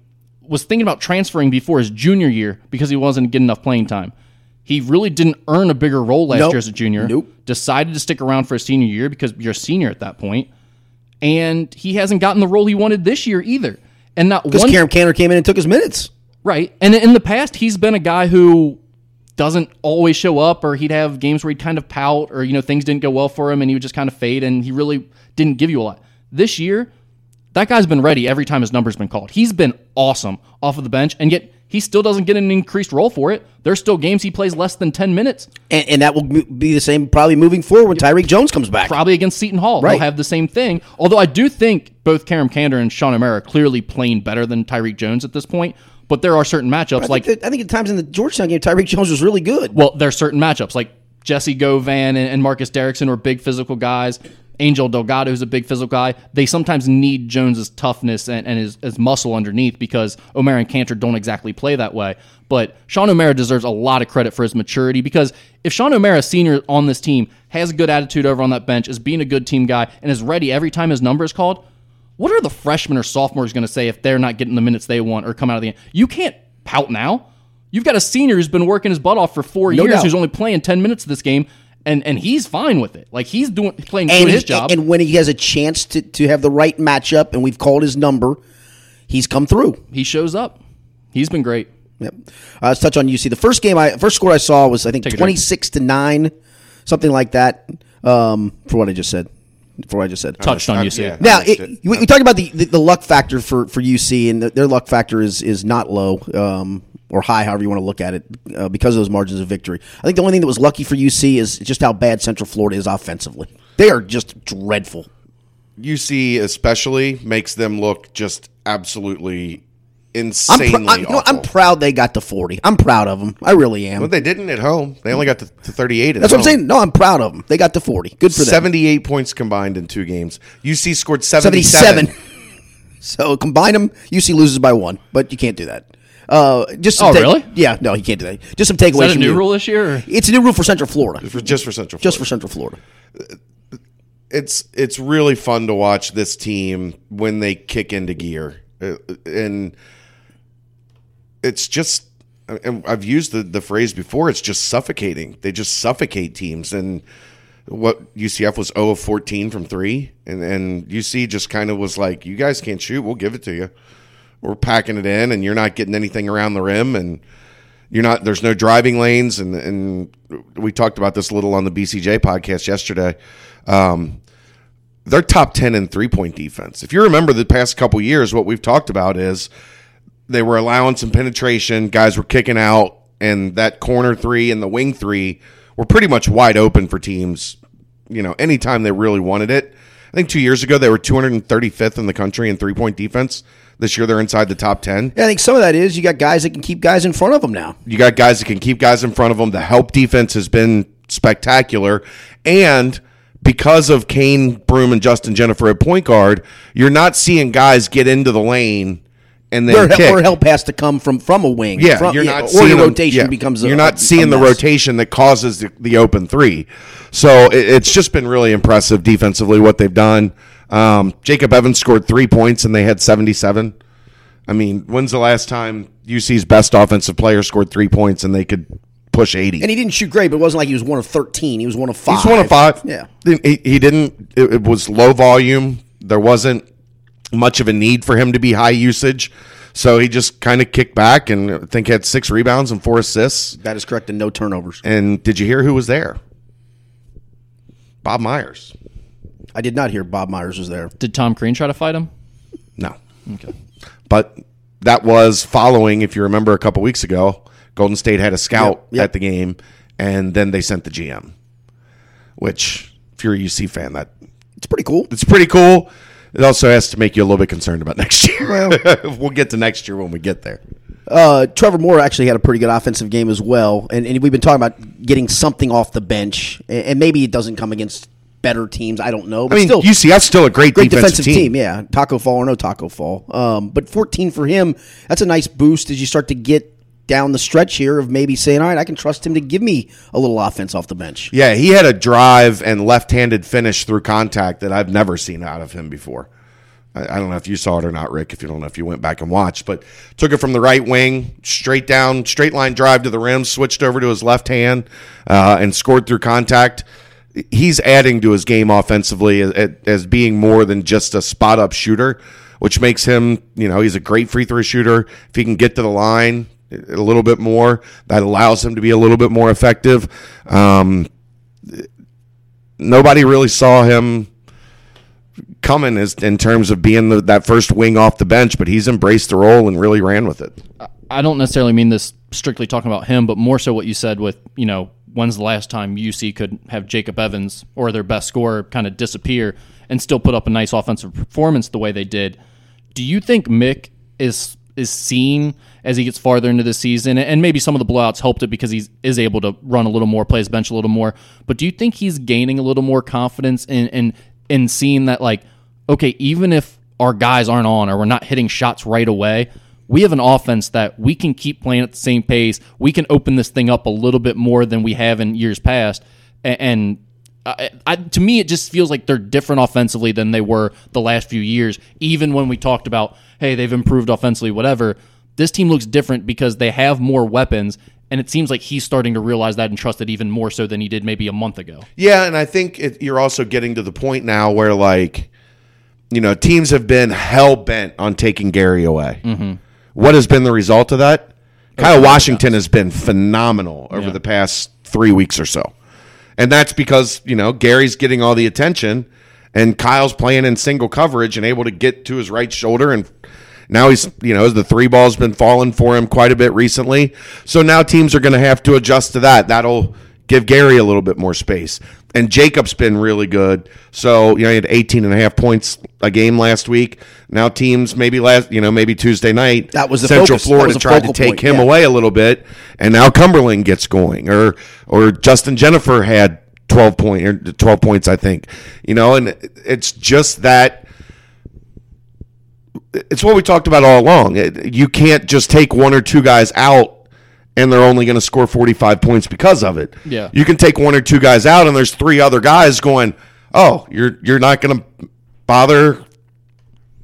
was thinking about transferring before his junior year because he wasn't getting enough playing time. He really didn't earn a bigger role last
Nope.
year as a junior.
Nope.
Decided to stick around for his senior year because you're a senior at that point and he hasn't gotten the role he wanted this year either. And not
Because
one
Karam Canner came in and took his minutes.
right. And in the past, he's been a guy who doesn't always show up, or he'd have games where he'd kind of pout, or you know things didn't go well for him, and he would just kind of fade, and he really didn't give you a lot. This year, that guy's been ready every time his number's been called. He's been awesome off of the bench, and yet he still doesn't get an increased role for it. There's still games he plays less than ten minutes.
And, and that will mo- be the same probably moving forward when Tyreek Jones comes back.
probably against Seton Hall.
Right.
They'll have the same thing. Although I do think both Karam Kander and Sean O'Mara are clearly playing better than Tyreek Jones at this point. But there are certain matchups
I
like
think, that, I think at times in the Georgetown game, Tyreek Jones was really good.
well, there are certain matchups like Jesse Govan and, and Marcus Derrickson were big physical guys. Angel Delgado, who's a big physical guy, they sometimes need Jones's toughness and, and his, his muscle underneath because O'Mara and Cantor don't exactly play that way. But Sean O'Mara deserves a lot of credit for his maturity because if Sean O'Mara, senior on this team, has a good attitude over on that bench, is being a good team guy, and is ready every time his number is called, what are the freshmen or sophomores going to say if they're not getting the minutes they want or come out of the end? You can't pout now. You've got a senior who's been working his butt off for four years,
doubt.
who's only playing ten minutes of this game, and and he's fine with it. Like he's doing playing
and
doing his
he-
job.
And when he has a chance to, to have the right matchup and we've called his number, he's come through.
he shows up. He's been great.
Yep. Uh, let's touch on UC. The first game I first score I saw was I think
Take a drink.
twenty six to nine, something like that. Um, for what I just said, for what I just said.
Touched on
I'm-
UC.
yeah.
Now,
I
it,
missed it.
we, we talked about the, the, the luck factor for, for UC, and the, their luck factor is is not low um, or high, however you want to look at it, uh, because of those margins of victory. I think the only thing that was lucky for UC is just how bad Central Florida is offensively. They are just dreadful.
UC especially makes them look just absolutely
I'm,
insanely
pr- I'm, you know,
awful.
I'm proud they got to 40. I'm proud of them. I really am.
but they didn't at home. They only got to, to 38 at
That's what I'm
home.
saying. No, I'm proud of them. They got to 40. Good for them.
78 points combined in two games. UC scored 77.
77. so combine them, UC loses by one, but you can't do that. Uh, just some
Oh,
take-
really?
Yeah, no, you can't do that. Just some takeaways.
Is that a
from
new
you.
rule this year? or-
It's a new rule for Central Florida.
For, just for Central
Just
Florida.
for Central Florida.
it's it's really fun to watch this team when they kick into gear, Uh, and it's just and I've used the the phrase before. It's just suffocating. They just suffocate teams, and what UCF was zero of fourteen from three, and and UC just kind of was like, you guys can't shoot. We'll give it to you. We're packing it in, and you're not getting anything around the rim, and you're not there's no driving lanes and and we talked about this a little on the BCJ podcast yesterday. Um they're top 10 in three-point defense. If you remember the past couple years what we've talked about is they were allowing some penetration, guys were kicking out and that corner 3 and the wing 3 were pretty much wide open for teams, you know, anytime they really wanted it. I think 2 years ago they were 235th in the country in three-point defense. This year they're inside the top 10.
Yeah, I think some of that is you got guys that can keep guys in front of them now.
You got guys that can keep guys in front of them. The help defense has been spectacular. And because of Kane Broom and Justin Jennifer at point guard, you're not seeing guys get into the lane and
Their,
then
he-
kick.
or help has to come from from a wing.
Yeah,
from,
you're not
or
seeing
your
them-
rotation
yeah,
becomes. A,
You're
a-
not
a
seeing the
mess.
rotation that causes the, the open three. So it, it's just been really impressive defensively what they've done. Um, Jacob Evans scored three points and they had 77. I mean, when's the last time UC's best offensive player scored three points and they could push 80?
And he didn't shoot great, but it wasn't like he was one of thirteen. He was one of five.
He's one of five.
Yeah.
Then He, he didn't, it, it was low volume. There wasn't much of a need for him to be high usage. So he just kind of kicked back and I think had six rebounds and four assists.
That is correct, and no turnovers.
And did you hear who was there? Bob Myers.
I did not hear Bob Myers was there.
Did Tom Crean try to fight him?
No. Okay. But that was following, if you remember a couple weeks ago, Golden State had a scout
Yep, yep.
at the game, and then they sent the GM, which, if you're a UC fan, that
It's pretty cool.
it's pretty cool. It also has to make you a little bit concerned about next year. we'll get to next year when we get there.
Uh, Trevor Moore actually had a pretty good offensive game as well, and, and we've been talking about getting something off the bench, and, and maybe it doesn't come against better teams. I don't know. But
I mean,
still,
UCF's still a great,
great defensive, team. Yeah, taco fall or no taco fall. Um, but 14 for him, that's a nice boost as you start to get down the stretch here of maybe saying, all right, I can trust him to give me a little offense off the bench.
Yeah, he had a drive and left-handed finish through contact that I've never seen out of him before. I, I don't know if you saw it or not, Rick. If you don't know if you went back and watched, but took it from the right wing, straight down, straight line drive to the rim, switched over to his left hand, uh, and scored through contact. He's adding to his game offensively as, as being more than just a spot-up shooter, which makes him, you know, he's a great free throw shooter. If he can get to the line a little bit more, that allows him to be a little bit more effective. Um, nobody really saw him coming as, in terms of being the, that first wing off the bench, but he's embraced the role and really ran with it.
I don't necessarily mean this strictly talking about him, but more so what you said with, you know, when's the last time UC could have Jacob Evans or their best scorer kind of disappear and still put up a nice offensive performance the way they did. Do you think Mick is is seen as he gets farther into the season and maybe some of the blowouts helped it because he is able to run a little more, play his bench a little more, but do you think he's gaining a little more confidence in in, in seeing that like okay, even if our guys aren't on or we're not hitting shots right away, we have an offense that we can keep playing at the same pace. We can open this thing up a little bit more than we have in years past. A- And, I, I, to me, it just feels like they're different offensively than they were the last few years. Even when we talked about, hey, they've improved offensively, whatever. This team looks different because they have more weapons. And it seems like he's starting to realize that and trust it even more so than he did maybe a month ago.
Yeah, and I think it, you're also getting to the point now where like, you know, teams have been hell bent on taking Gary away. What has been the result of that? Kyle Washington has been phenomenal over the past three weeks or so. And that's because, you know, Gary's getting all the attention and Kyle's playing in single coverage and able to get to his right shoulder. And now he's, you know, the three ball's been falling for him quite a bit recently. So now teams are going to have to adjust to that. That'll give Gary a little bit more space. And Jacob's been really good. So, you know, he had 18 and a half points a game last week. Now teams maybe last, you know, maybe Tuesday night.
That was the
Central
focus. That
Florida
was the
tried to
focal
take
point,
him
yeah.
away a little bit, and now Cumberland gets going, or or Justin Jennifer had twelve point or twelve points, I think. You know, and it's just that it's what we talked about all along. It, you can't just take one or two guys out and they're only going to score forty five points because of it.
Yeah.
you can take one or two guys out, and there's three other guys going. Oh, you're you're not going to bother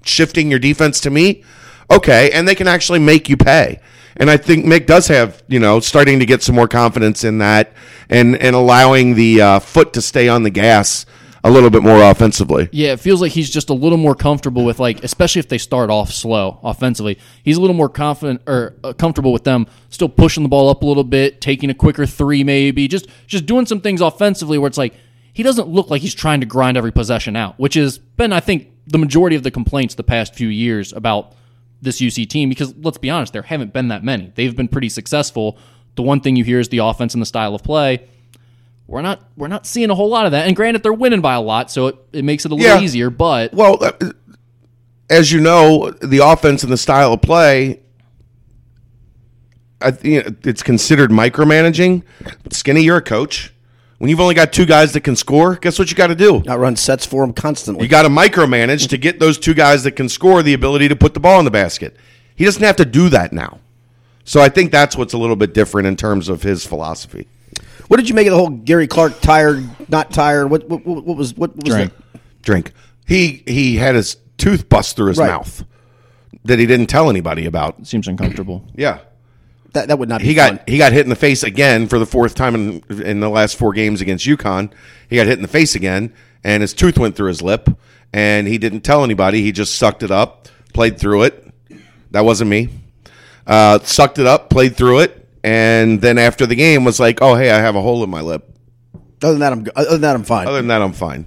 shifting your defense to me, okay, and they can actually make you pay. And I think Mick does have, you know, starting to get some more confidence in that, and and allowing the uh, foot to stay on the gas a little bit more offensively.
Yeah, it feels like he's just a little more comfortable with like, especially if they start off slow offensively. He's a little more confident or uh, comfortable with them still pushing the ball up a little bit, taking a quicker three, maybe just just doing some things offensively where it's like he doesn't look like he's trying to grind every possession out, which has been I think the majority of the complaints the past few years about this UC team because let's be honest, there haven't been that many. They've been pretty successful. The one thing you hear is the offense and the style of play we're not we're not seeing a whole lot of that. And granted, they're winning by a lot, so it, it makes it a little
Yeah.
easier. But
Well, uh, as you know, the offense and the style of play, I, th- you know, it's considered micromanaging. Skinny, you're a coach. When you've only got two guys that can score, guess what you got to do?
I run sets for him constantly.
You got to micromanage to get those two guys that can score the ability to put the ball in the basket. He doesn't have to do that now. So I think that's what's a little bit different in terms of his philosophy.
What did you make of the whole Gary Clark tired, not tired? What what, what what was what was
Drink.
that?
Drink. He he had his tooth bust through his
Right.
mouth that he didn't tell anybody about.
seems uncomfortable.
Yeah.
That, that would not be
He
fun.
got he got hit in the face again for the fourth time in in the last four games against UConn. He got hit in the face again and his tooth went through his lip and he didn't tell anybody. He just sucked it up, played through it. That wasn't me. uh, sucked it up, played through it, and then after the game was like, "Oh, hey, I have a hole in my lip."
Other than that, I'm go- other than that, I'm fine.
Other than that, I'm fine.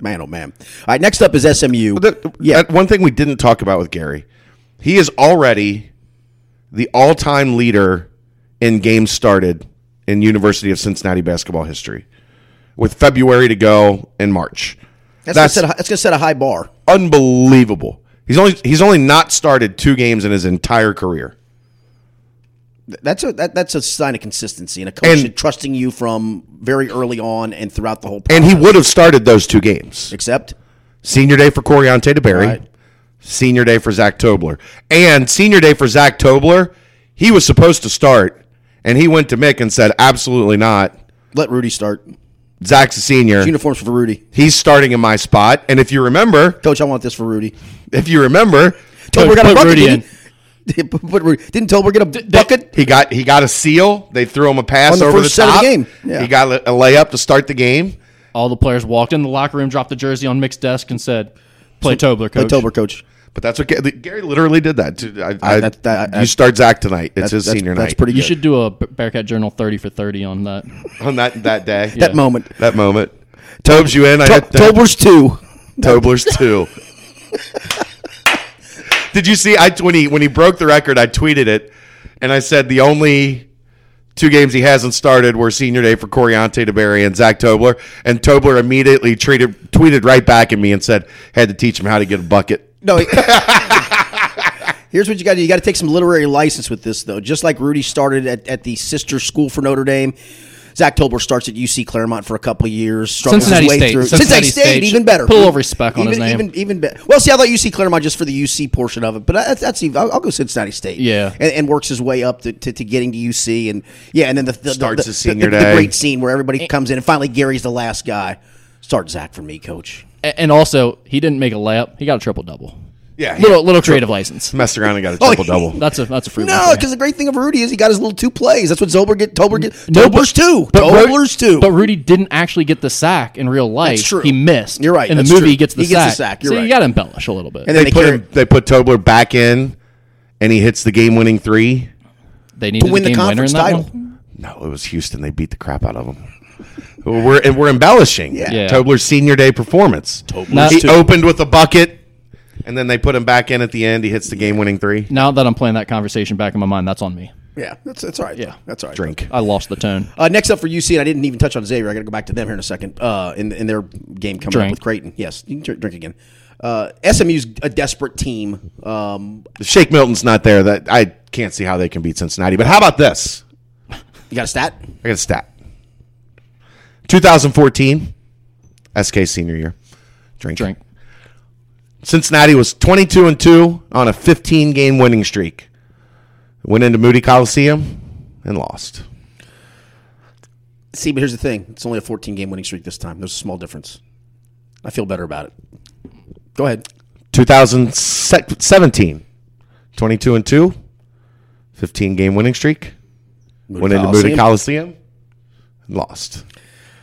man, oh man. All right, next up is SMU.
But that-
yeah,
that- one thing we didn't talk about with Gary, he is already the all-time leader in games started in University of Cincinnati basketball history, with February to go and March.
that's, gonna set a, that's gonna set a high bar.
unbelievable. He's only he's only not started two games in his entire career.
Th- That's a that, that's a sign of consistency and a coach
And-
should trusting you from very early on and throughout the whole.
And he
process.
would have started those two games.
except
Senior day for Coriante DeBerry.
Right.
Senior day for Zach Tobler. And senior day for Zach Tobler, he was supposed to start, and he went to Mick and said, absolutely not.
let Rudy start
Zach's a senior.
uniforms for Rudy.
He's starting in my spot. And if you remember,
Coach, I want this for Rudy.
if you remember,
Tolbert got a
put
bucket.
Rudy
didn't he? Put Rudy- didn't Tolbert get a bucket?
he got he got a seal. They threw him a pass
On the
over
first
the
set of the
top.
game. Yeah.
He got a a layup to start the game.
All the players walked in the locker room, dropped the jersey on Mick's desk, and said, "Play Tobler,
Play
coach."
Tolbert, coach.
But that's what Ga- Gary literally did that. to- I, I,
that- that- I-
you start Zach tonight. It's his
that's,
senior
that's
night.
pretty
You
good.
should do a B- Bearcat Journal thirty for thirty on that.
on that that day.
that moment.
That moment. Tobes you in. I hit the-
Tolbert's two.
Tobler's two. Did you see? I when he when he broke the record, I tweeted it, and I said the only two games he hasn't started were senior day for Coriante DeBerry and Zach Tobler, and Tobler immediately treated, tweeted right back at me and said had to teach him how to get a bucket.
No. he- Here's what you got to do. You got to take some literary license with this, though. Just like Rudy started at, at the sister school for Notre Dame, Zach Tolbert starts at UC Claremont for a couple of years. struggles his
Cincinnati
way
State.
through-
Cincinnati
Cincinnati State,
State.
even better.
Put a little respect on
even,
his name.
Even, even better. Well, see, I thought UC Claremont just for the UC portion of it, but that's, that's even, I'll, I'll go Cincinnati State.
Yeah.
And, and works his way up to, to, to getting to UC. And yeah, and then the, the,
Starts
the,
his senior
the, the
day.
great scene where everybody comes in, and finally Gary's the last guy. Start Zach for me, coach.
A- And also, he didn't make a layup; he got a triple double.
Yeah, he
little little creative license.
Messed around and got a
Oh,
triple double.
That's a that's a free one
No,
for you.
because the great thing of Rudy is he got his little two plays. That's what Zolber get. Tolbert get.
No,
Tolbert's two.
but Ru-
Tobler's two.
But Rudy didn't actually get the sack in real life.
That's true.
He missed.
You're right,
In the
that's
movie,
true.
he gets the
He
sack.
gets the sack, you're
so you
right.
got to embellish a little bit.
and then they,
They put
carry-
him. They put Tobler back in, and he hits the game winning three.
They needed
to win
a
the
game winner
conference
in that
title.
one?
No, it was Houston. They beat the crap out of them. We're and we're embellishing
Yeah.
Tobler's senior day performance.
Not-
he opened with a bucket, and then they put him back in at the end. He hits the game-winning three.
Now that I'm playing that conversation back in my mind, that's on me.
Yeah, that's that's all right. Yeah, that's all right.
Drink.
I lost the tone.
Uh, next up for UC, and I didn't even touch on Xavier. I got to go back to them here in a second. Uh, in in their game coming up
Drink.
with Creighton. Yes, you can dr- drink again. Uh, SMU's a desperate team. Um,
Shake Milton's not there. That I can't see how they can beat Cincinnati. But how about this?
you got a stat?
I got a stat. 2014, SK senior year. Drink.
Drink.
Cincinnati was 22 and 2 on a 15 game winning streak. Went into Moody Coliseum and lost.
See, but here's the thing: it's only a 14 game winning streak this time. There's a small difference. I feel better about it. Go ahead.
2017, 22 and 2, 15 game winning streak. Went into Moody Coliseum and lost.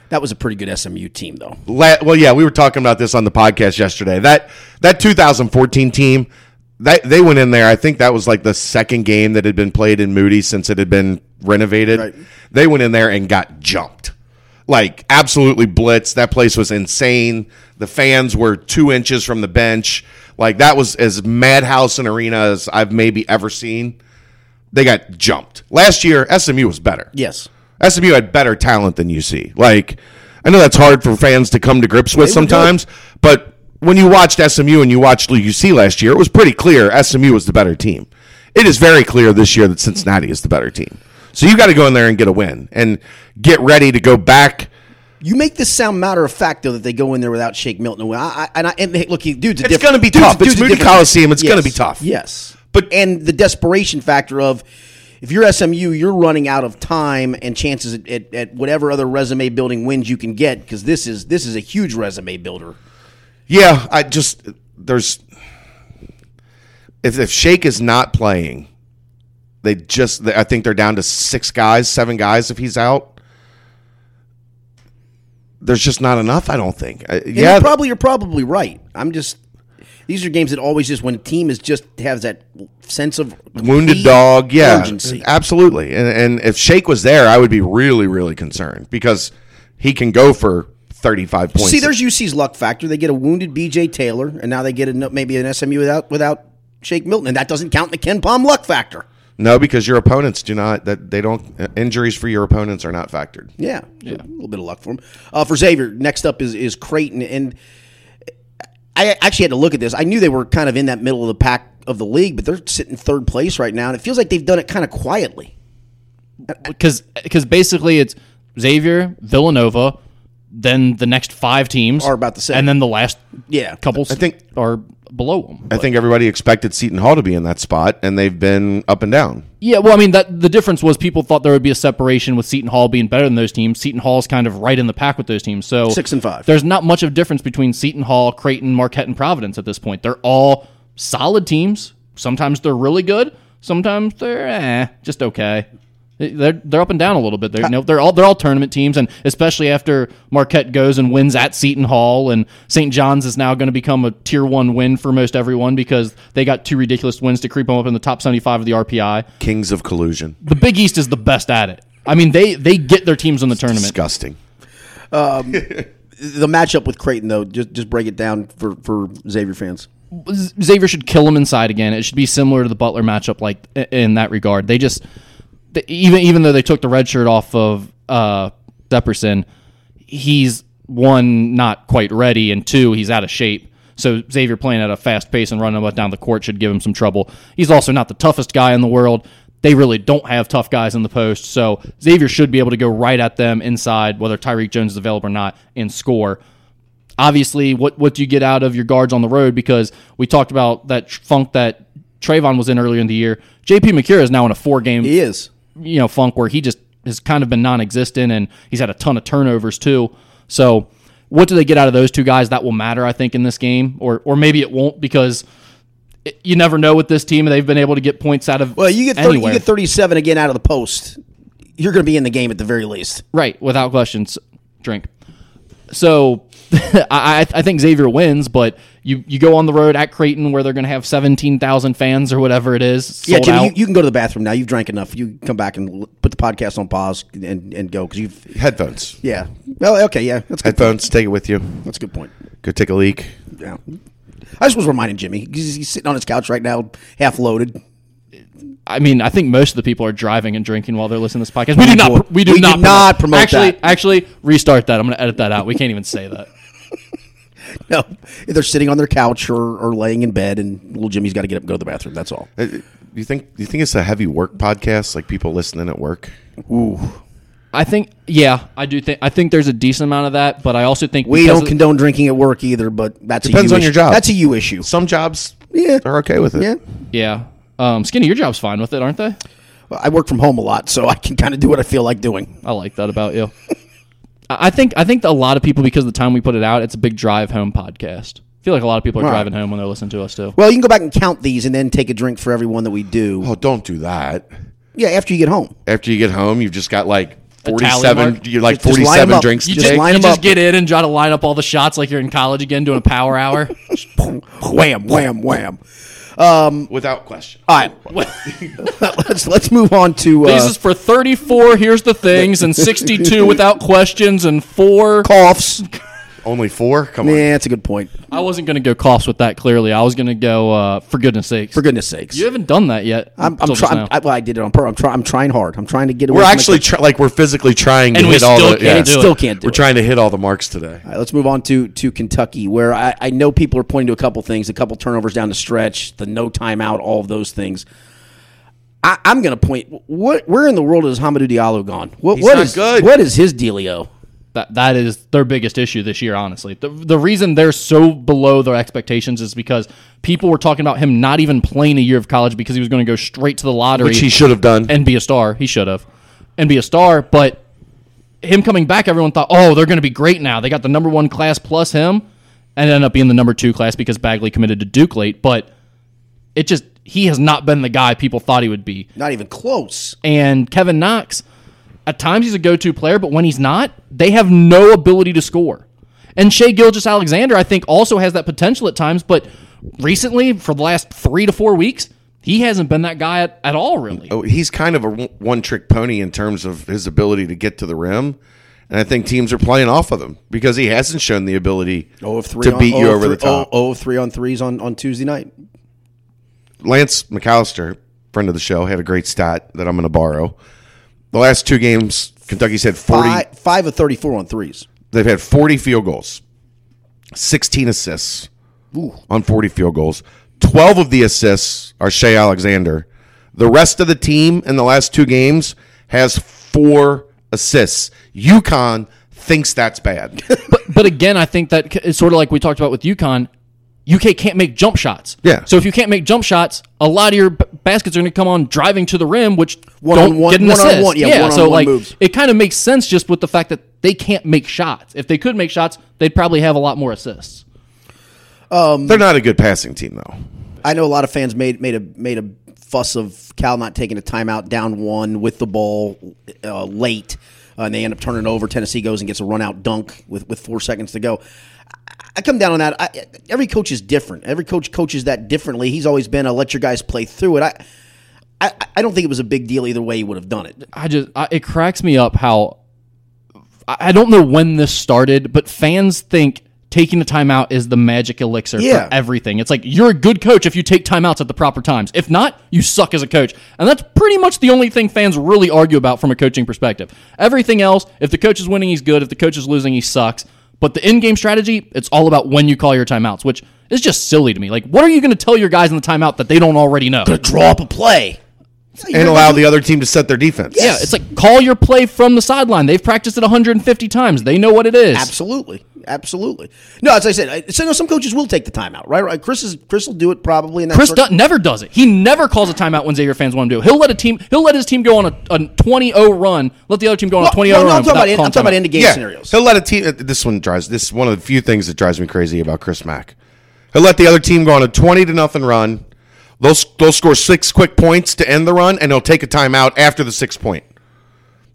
That was a pretty good SMU team, though.
La- well, yeah, we were talking about this on the podcast yesterday. That that 2014 team, that they went in there. I think that was like the second game that had been played in Moody since it had been renovated.
Right.
They went in there and got jumped, like absolutely blitzed. That place was insane. The fans were two inches from the bench. Like that was as madhouse an arena as I've maybe ever seen. They got jumped. Last year, SMU was better.
Yes,
SMU had better talent than UC. Like, I know that's hard for fans to come to grips with sometimes, but when you watched SMU and you watched UC last year, it was pretty clear SMU was the better team. It is very clear this year that Cincinnati is the better team. So you got to go in there and get a win and get ready to go back.
you make this sound matter of fact, though, that they go in there without Shake Milton. I, I, and, I, and hey, look, he, dude's a
It's
diff-
gonna be
dude's-
tough. It's
dude's a
Moody
different-
Coliseum. It's gonna be tough.
Yes,
But-
but and the desperation factor of if you're SMU, you're running out of time and chances at, at, at whatever other resume building wins you can get because this is this is a huge resume builder.
Yeah, I just there's if if Shake is not playing, they just I think they're down to six guys, seven guys if he's out. There's just not enough. I don't think. Uh,
And
yeah,
you're probably you're probably right. I'm just these are games that always just when a team is just has that sense of
wounded
complete
dog. Yeah,
urgency.
absolutely. And and if Shake was there, I would be really really concerned because he can go for thirty five points.
See, there's UC's luck factor. They get a wounded BJ Taylor, and now they get a, maybe an SMU without without Shake Milton, and that doesn't count in the Ken Palm luck factor.
no because your opponents do not that they don't uh, injuries for your opponents are not factored.
Yeah, so a little bit of luck for him. Uh, for Xavier, next up is is Creighton, and I actually had to look at this. I knew they were kind of in that middle of the pack of the league, but they're sitting third place right now, and it feels like they've done it kind of quietly.
because because basically it's Xavier, Villanova, then the next five teams
Are about the same.
and then the last
Yeah.
couple. I
think-
are below them.
I think everybody expected Seton Hall to be in that spot, and they've been up and down.
Yeah, well, I mean that the difference was people thought there would be a separation with Seton Hall being better than those teams. Seton Hall's kind of right in the pack with those teams. So
Six and five.
There's not much of difference between Seton Hall, Creighton, Marquette, and Providence at this point. They're all solid teams. Sometimes they're really good. Sometimes they're eh, just okay. They're they're up and down a little bit. They're you know, they're all they're all tournament teams, and especially after Marquette goes and wins at Seton Hall, and St. John's is now going to become a tier one win for most everyone because they got two ridiculous wins to creep them up in the top seventy five of the RPI
Kings of collusion.
the Big East is the best at it. I mean, they they get their teams in the tournament.
Disgusting.
The matchup with Creighton, though, just just break it down for for Xavier fans.
Xavier should kill them inside again. It should be similar to the Butler matchup, like i- in that regard. They just they, even even though they took the red shirt off of uh, Depperson, he's one not quite ready, and two he's out of shape. So Xavier playing at a fast pace and running up down the court should give him some trouble. He's also not the toughest guy in the world. They really don't have tough guys in the post, so Xavier should be able to go right at them inside, whether Tyreek Jones is available or not, and score obviously what what do you get out of your guards on the road because we talked about that tr- funk that Trayvon was in earlier in the year. JP McCure is now in a four game
He is.
you know funk where he just has kind of been non-existent and he's had a ton of turnovers too. So what do they get out of those two guys that will matter I think in this game or or maybe it won't because it, you never know with this team they've been able to get points out of
Well, you get 30, you
anywhere.
get 37 again out of the post. You're going to be in the game at the very least.
Right, without questions. Drink. So I, I- I think Xavier wins, but you, you go on the road at Creighton where they're going to have 17,000 fans or whatever it is.
Yeah,
sold
Jimmy, you,
out.
you can go to the bathroom now. You've drank enough. You come back and l- put the podcast on pause and, and go because you've.
Headphones.
Yeah. Well, okay. Yeah, that's a good.
Headphones. Take it with you.
That's a good point.
Go take a leak.
Yeah. I just was reminding Jimmy 'cause he's sitting on his couch right now, half loaded.
I mean, I think most of the people are driving and drinking while they're listening to this podcast. We do
People-
not. We do
we
not,
did not promote
Actually,
that.
actually, restart that. I'm going to edit that out. We can't even say that.
No, they're sitting on their couch or, or laying in bed, and little Jimmy's got to get up and go to the bathroom. That's all.
Uh, You think? You think it's a heavy work podcast? Like people listening at work?
I think, yeah, I do think. I think there's a decent amount of that, but I also think
We
because
don't
of-
condone drinking at work either, but that's
Depends
a you
on your
issue.
job.
That's a you issue.
Some jobs,
Yeah.
are okay with it.
Yeah.
Yeah, um, Skinny, your job's fine with it, aren't they?
Well, I work from home a lot, so I can kind of do what I feel like doing.
I like that about you. I I think I think that a lot of people because of the time we put it out, it's a big drive home podcast. I feel like a lot of people are
Right.
driving home when they're listening to us too.
Well, you can go back and count these, and then take a drink for every one that we do.
Oh, don't do that.
Yeah, after you get home.
After you get home, you've just got like
A tally
forty-seven.
mark?
You're like
Just- just line 'em
forty-seven
up.
drinks. to
You
Just
just,
take.
line
you
'em
just
up.
get in and try to line up all the shots like you're in college again doing a power hour.
Wham, wham, wham.
without question.
All right, let's let's move on to
this
uh,
is for 34. Here's the things and 62 without questions and four.
coughs.
Only four. Come on.
Yeah, that's a good point.
I wasn't gonna go coughs with that. Clearly, I was gonna go uh, for goodness sakes.
For goodness sakes,
you haven't done that yet.
I'm, I'm
until just
trying.
now.
I, well, I did it on purpose. I'm, try, I'm trying hard. I'm trying to get away.
We're
from the-
actually try- like we're physically trying to
And we
hit all
still
the.
can't
yeah.
do
still it. can't do
We're
it.
trying to hit all the marks today.
All right, let's move on to to Kentucky, where I, I know people are pointing to a couple things, a couple turnovers down the stretch, the no timeout, all of those things. I, I'm going to point. What? Where in the world is Hamadou Diallo gone? What? what
not
is-
good.
What is his dealio?
That that is their biggest issue this year, honestly. The the reason they're so below their expectations is because people were talking about him not even playing a year of college because he was going to go straight to the lottery
Which he should have done.
and be a star. He should have. And be a star, but him coming back, everyone thought, oh, they're going to be great now. They got the number one class plus him, and ended up being the number two class because Bagley committed to Duke late. But it just, he has not been the guy people thought he would be.
Not even close.
And Kevin Knox, at times he's a go to player, but when he's not, they have no ability to score. And Shea Gilgis Alexander, I think, also has that potential at times, but recently, for the last three to four weeks, he hasn't been that guy at, at all, really.
Oh, he's kind of a one trick pony in terms of his ability to get to the rim. And I think teams are playing off of him because he hasn't shown the ability
Oh, of three
to
on,
beat you
oh, of
over the
three- oh,
top.
oh, of three on threes on on Tuesday night. oh.
Lance McAllister, friend of the show, had a great stat that I'm going to borrow. The last two games, Kentucky's had 40.
Five, five of thirty four on threes.
They've had 40 field goals, 16 assists on 40 field goals. 12 of the assists are Shea Alexander. The rest of the team in the last two games has four assists. UConn thinks that's bad.
But, but again, I think that it's sort of like we talked about with UConn. UK can't make jump shots.
Yeah.
So if you can't make jump shots, a lot of your b- baskets are going to come on driving to the rim, which
One
don't
on one-
get an
one on
assist.
one, yeah, one on
so
one
like
moves.
it kind of makes sense just with the fact that they can't make shots. If they could make shots, they'd probably have a lot more assists.
They're not a good passing team, though.
I know a lot of fans made made a made a fuss of Cal not taking a timeout down one with the ball uh, late, uh, and they end up turning it over. Tennessee goes and gets a run out dunk with with four seconds to go. I- I come down on that. I, every coach is different. Every coach coaches that differently. He's always been a let your guys play through it. I I, I don't think it was a big deal either way. He would have done it.
I just I, it cracks me up how I, I don't know when this started, but fans think taking a timeout is the magic elixir
Yeah.
for everything. It's like you're a good coach if you take timeouts at the proper times. If not, you suck as a coach. And that's pretty much the only thing fans really argue about from a coaching perspective. Everything else, if the coach is winning, he's good. If the coach is losing, he sucks. But the in-game strategy, it's all about when you call your timeouts, which is just silly to me. Like, what are you going to tell your guys in the timeout that they don't already know?
Draw up a play.
And allow the other team to set their defense.
Yeah, it's like call your play from the sideline. They've practiced it 150 times. They know what it is.
Absolutely, absolutely. No, as I said, I, so no, some coaches will take the timeout, right? Right. Chris is Chris will do it probably. In that
Chris
circ-
Dutt never does it. He never calls a timeout when Xavier fans want him to. He'll let a team. He'll let his team go on a, a 20-0 run. Let the other team go on
Well,
a 20-0
no, no,
run.
I'm talking about
without
in-
calling
I'm talking about
timeout.
end of game scenarios.
He'll let a team. uh, This one drives. This is one of the few things that drives me crazy about Chris Mack. He'll let the other team go on a twenty to nothing run. They'll s- they'll score six quick points to end the run, and he'll take a timeout after the six point.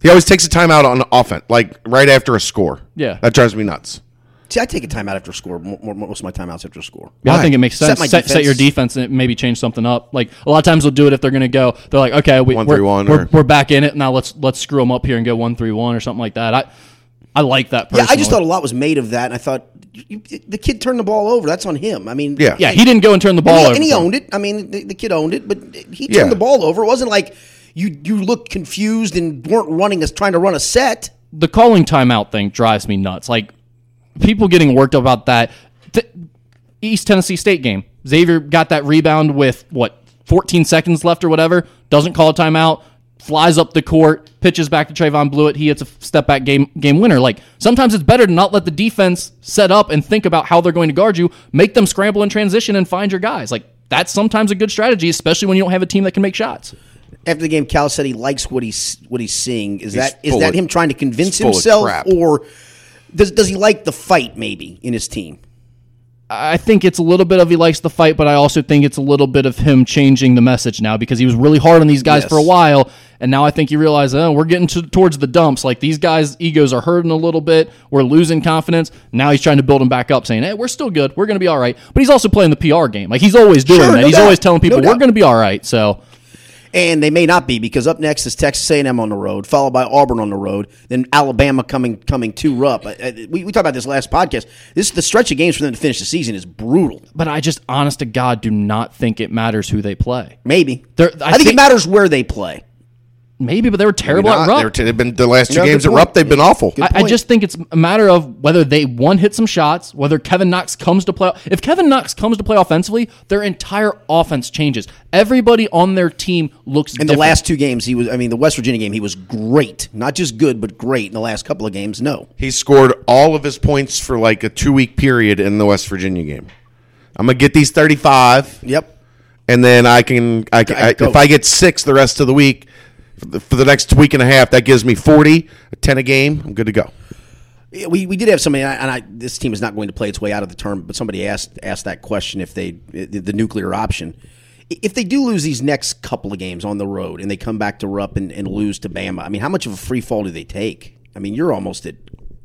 He always takes a timeout on offense, like right after a score.
Yeah.
that drives me nuts.
See, I take a timeout after score. mo- mo- Most of my timeouts after score.
Yeah, I think it makes
Set
sense.
my
Set, set, your defense and maybe change something up. Like a lot of times they'll do it if they're going to go. They're like, okay, we,
One,
we're,
three, one,
we're,
or-
we're back in it now. Let's let's screw them up here and go one three one or something like that. I I like that.
Yeah,
Personally.
I just thought a lot was made of that, and I thought you, you, the kid turned the ball over. That's on him. I mean,
Yeah.
Yeah, he didn't go and turn the ball
and he,
over.
and he
for him.
owned it. I mean, the, the kid owned it, but he turned
Yeah.
the ball over. It wasn't like you you looked confused and weren't running us trying to run a set.
the calling timeout thing drives me nuts. Like people getting worked up about that. Th- East Tennessee State game. Xavier got that rebound with what 14 seconds left or whatever. Doesn't call a timeout. Flies up the court, pitches back to Trayvon Blewett. He hits a step back game game winner. Like sometimes it's better to not let the defense set up and think about how they're going to guard you. Make them scramble in transition and find your guys. Like that's sometimes a good strategy, especially when you don't have a team that can make shots.
After the game, Cal said he likes what he's what he's seeing. Is that is
full
that
of-
him trying to convince
he's full of
himself,
crap.
or does does he like the fight maybe in his team?
I think it's a little bit of he likes the fight, but I also think it's a little bit of him changing the message now because he was really hard on these guys
Yes.
for a while, and now I think you realize, oh, we're getting to, towards the dumps. Like these guys' egos are hurting a little bit. We're losing confidence. Now he's trying to build them back up, saying, "Hey, we're still good. We're going to be all right." But he's also playing the PR game. Like he's always doing
Sure,
that.
no
he's
doubt.
always telling people,
No
"We're
doubt.
going to be all right." So
and they may not be because up next is Texas A&M on the road, followed by Auburn on the road, then Alabama coming coming two up. I- I- We, we talked about this last podcast. This the stretch of games for them to finish the season is brutal.
but I just, honest to God, do not think it matters who they play.
Maybe
There-
I,
I
think, it
think-
matters where they play.
Maybe, but they were terrible
Not-
at Rupp.
they're t- they've been the last two
No, good
games at
point.
Rupp. They've been awful.
Good
I, I
point.
just think it's a matter of whether they one hit some shots, whether Kevin Knox comes to play. If Kevin Knox comes to play offensively, their entire offense changes. Everybody on their team looks.
In the last two games, he was. I mean, the West Virginia game, he was great. Not just good, but great. In the last couple of games, no.
He scored all of his points for like a two week period in the West Virginia game. I'm gonna get these 35,
Yep.
and then I can, I can,
I-
I,
go.
if I get six the rest of the week, for the, for the next week and a half, that gives me 40, 10 a game. I'm good to go.
Yeah, we, we did have somebody, and, I, and I, this team is not going to play its way out of the term. But somebody asked asked that question if they the the nuclear option, if they do lose these next couple of games on the road and they come back to Rupp and, and lose to Bama. I mean, how much of a free fall do they take? I mean, you're almost at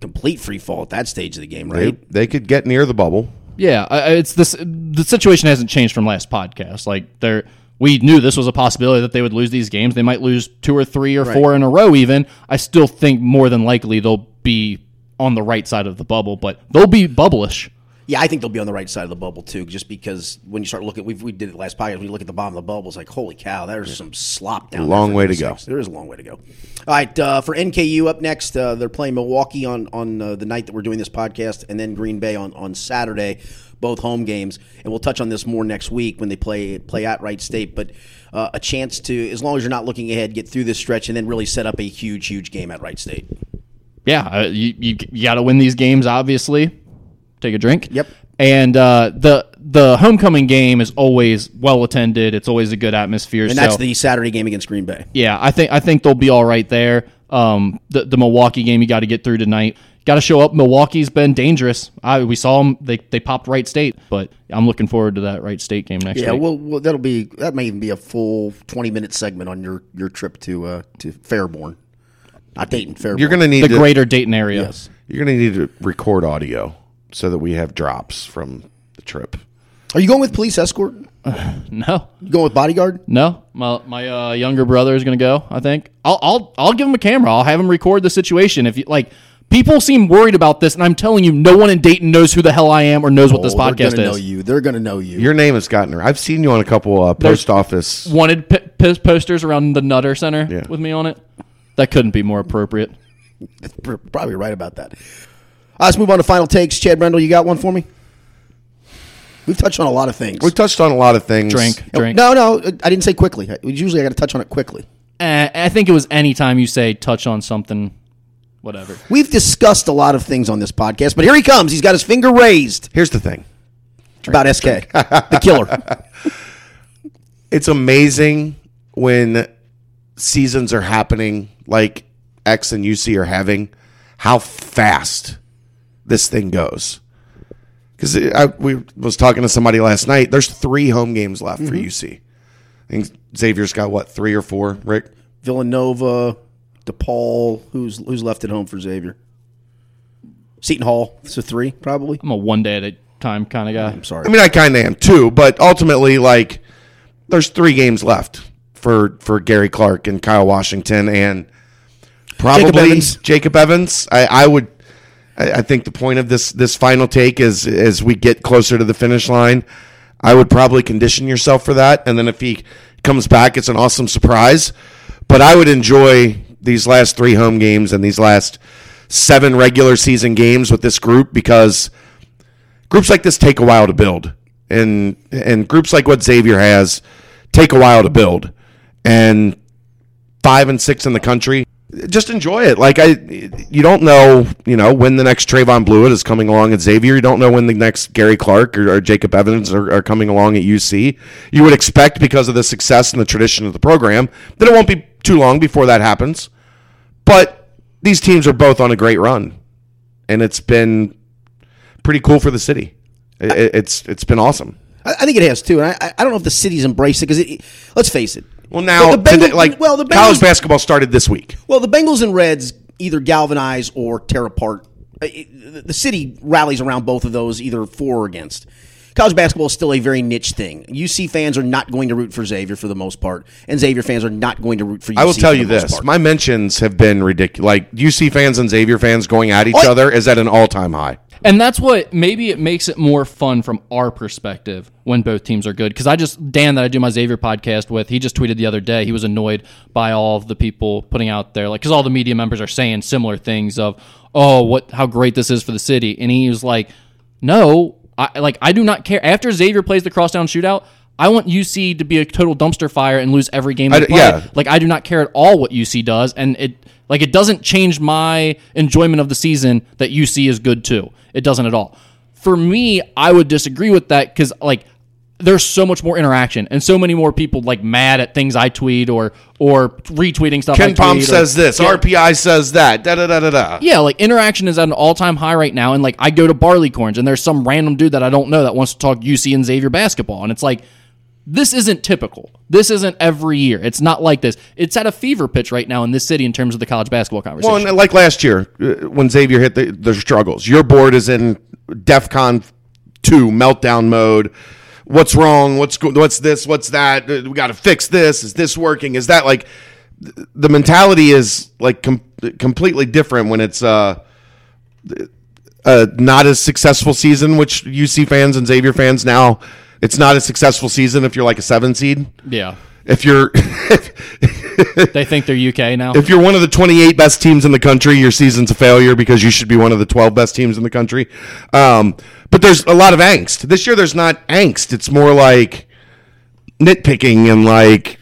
complete free fall at that stage of the game,
They,
right?
they could get near the bubble.
yeah, I- I- it's this. The situation hasn't changed from last podcast. Like they're. We knew this was a possibility that they would lose these games. They might lose two or three or four in a row. Even I still think more than likely they'll be on the right side of the bubble, but they'll be bubblish.
Yeah, I think they'll be on the right side of the bubble too, just because when you start looking, we we did it last podcast. We look at the bottom of the bubble, it's like holy cow, there's some slop down.
Long
there for
way to
goodness
go.
sakes. There is a long way to go. All right, uh, for NKU up next, uh, they're playing Milwaukee on on uh, the night that we're doing this podcast, and then Green Bay on on Saturday, both home games, and we'll touch on this more next week when they play play at Wright State. But uh, a chance to, as long as you're not looking ahead, get through this stretch and then really set up a huge huge game at Wright State.
yeah, uh, you you, you got to win these games. Obviously, take a drink.
Yep.
And uh, the the homecoming game is always well attended. It's always a good atmosphere.
And
so,
that's the Saturday game against Green Bay.
yeah. I think I think they'll be all right there. Um, the the Milwaukee game you got to get through tonight. Got to show up. Milwaukee's been dangerous. I we saw them. They they popped Wright State, but I'm looking forward to that Wright State game next
Yeah,
week.
well, well, that'll be that may even be a full twenty minute segment on your your trip to uh, to Fairborn, not Dayton. Fairborn.
You're gonna need
the
to,
greater Dayton area.
You're gonna need to record audio so that we have drops from the trip.
Are you going with police escort?
No,
You going with bodyguard?
No, my my uh, younger brother is gonna go. I think I'll I'll I'll give him a camera. I'll have him record the situation. If you like, people seem worried about this, and I'm telling you, no one in Dayton knows who the hell I am or knows what this
Oh, they're
podcast
gonna know
is.
you. They're gonna know you.
Your name has gotten her. I've seen you on a couple uh, post office.
Wanted p- p- posters around the Nutter Center
Yeah.
with me on it. That couldn't be more appropriate.
You're probably right about that. All right, let's move on to final takes. Chad Brendel, you got one for me? We've touched on a lot of things.
We touched on a lot of things.
Drink,
No,
drink.
No, no, I didn't say quickly. I- Usually, I got to touch on it quickly.
Eh, I think it was any time you say touch on something, whatever.
We've discussed a lot of things on this podcast, but here he comes. He's got his finger raised
Here's the thing.
about SK, the killer.
it's amazing when seasons are happening like X and UC are having, how fast this thing goes. Because I we was talking to somebody last night. There's three home games left for UC. I think Xavier's got what three or four, Rick?
Villanova, DePaul. Who's who's left at home for Xavier? Seton Hall, so three probably.
I'm a one day at a time kind of guy.
I'm sorry.
I mean, I kind of am too, but ultimately, like, there's three games left for for Gary Clark and Kyle Washington and probably Jacob
Evans.
Evans. I, I would. I, I think the point of this this final take is as we get closer to the finish line, I would probably condition yourself for that, and then if he comes back, it's an awesome surprise. But I would enjoy these last three home games and these last seven regular season games with this group because groups like this take a while to build, and and groups like what Xavier has take a while to build, and five and six in the country. Just enjoy it. Like I, you don't know, you know, when the next Trayvon Blewett is coming along at Xavier. You don't know when the next Gary Clark or, or Jacob Evans are, are coming along at UC. You would expect because of the success and the tradition of the program that it won't be too long before that happens. But these teams are both on a great run, and it's been pretty cool for the city. It, it- it's it's been awesome.
I, I think it has too, and I- I, I don't know if the city's embraced it because it, let's face it.
Well, now
But the Bengals-
today, like
well, the
college
Bengals-
basketball started this week.
Well, the Bengals and Reds either galvanize or tear apart. Uh, it- The the city rallies around both of those, either for or against. College basketball is still a very niche thing. UC fans are not going to root for Xavier for the most part, and Xavier fans are not going to root for UC.
I will tell
for
you
the most
this:
part.
my mentions have been ridiculous. Like UC fans and Xavier fans going at each
Oh, yeah.
other is at an all-time high.
And that's what maybe it makes it more fun from our perspective when both teams are good. Because I just, Dan, that I do my Xavier podcast with, he just tweeted the other day he was annoyed by all of the people putting out there, like, because all the media members are saying similar things of, oh, what, how great this is for the city. And he was like, no, I, like, I do not care. After Xavier plays the crosstown shootout, I want UC to be a total dumpster fire and lose every game.
I
They
d-
play.
yeah.
Like I do not care at all what UC does, and it like it doesn't change my enjoyment of the season that UC is good too. It doesn't at all. For me, I would disagree with that because like there's so much more interaction and so many more people like mad at things I tweet or or retweeting stuff. I
Ken
tweet
Palm
or-
says this,
Yeah.
RPI says that, da da da da da.
Yeah, like interaction is at an all time high right now. And like I go to Barleycorns and there's some random dude that I don't know that wants to talk UC and Xavier basketball. And it's like, this isn't typical. This isn't every year. It's not like this. It's at a fever pitch right now in this city in terms of the college basketball conversation.
Well, and like last year uh, when Xavier hit the, the struggles, your board is in DefCon two meltdown mode. What's wrong? What's go- what's this? What's that? Uh, We got to fix this. Is this working? Is that like th- the mentality is like com- completely different when it's uh, th- uh not as successful season, which UC fans and Xavier fans now. It's not a successful season if you're like a seven seed.
yeah.
If you're
They think they're UK now.
if you're one of the 28 best teams in the country, your season's a failure because you should be one of the 12 best teams in the country. Um, but there's a lot of angst this year. There's not angst. It's more like nitpicking and like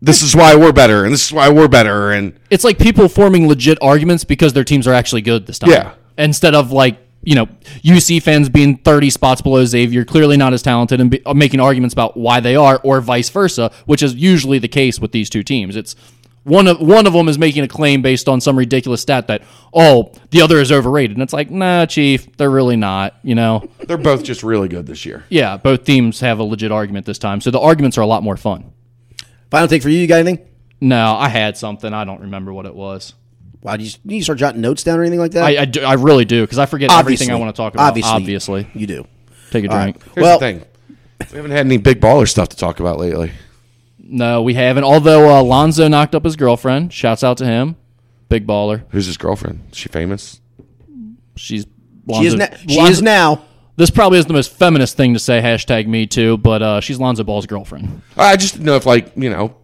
this is why we're better and this is why we're better and
It's like people forming legit arguments because their teams are actually good this time.
Yeah.
Instead of like, you know, UC fans being 30 spots below Xavier, clearly not as talented, and be, uh, making arguments about why they are, or vice versa, which is usually the case with these two teams. It's one of one of them is making a claim based on some ridiculous stat that oh the other is overrated, and it's like nah, chief, they're really not. You know,
they're both just really good this year.
yeah, both teams have a legit argument this time, so the arguments are a lot more fun.
final take for you. You got anything?
No, I had something, I don't remember what it was.
Wow, did you, did you start jotting notes down or anything like that?
I, I, do- I really do because I forget
Obviously.
everything I want to talk about. Obviously,
you do.
take a drink.
Here's
Well-
the thing. We haven't had any big baller stuff to talk about lately.
No, we haven't. Although uh, Lonzo knocked up his girlfriend. Shouts out to him. Big baller.
Who's his girlfriend? Is she famous?
She's
She
Lonzo.
is, na- she
Lonzo-
is now.
This probably is the most feminist thing to say. Hashtag me too. But uh, she's Lonzo Ball's girlfriend.
I just didn't know if like you know.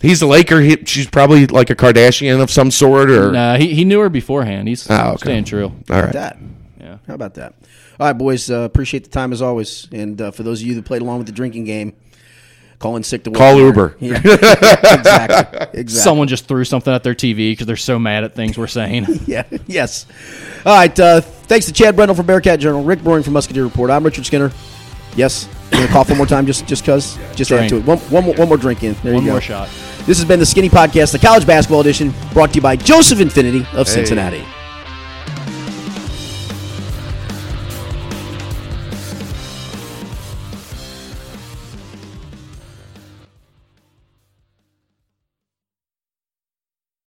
He's a Laker. He, she's probably like a Kardashian of some sort, or
Nah, he, he knew her beforehand. He's
Oh, okay.
staying true.
all right.
That. Yeah. How about that? All right, boys. Uh, appreciate the time as always. And uh, for those of you that played along with the drinking game, call in sick to work.
Call Uber.
Yeah. exactly. Exactly.
Someone just threw something at their TV because they're so mad at things we're saying.
Yeah. Yes. All right. Uh, thanks to Chad Brendel from Bearcat Journal, Rick Boring from Musketeer Report. I'm Richard Skinner. Yes. You gonna cough one more time, just just cause, just add
Drink.
to it. One, one, more, one more drink in. There
One
you go.
more shot.
This has been the Skinny Podcast, the college basketball edition, brought to you by Joseph Infinity of Cincinnati.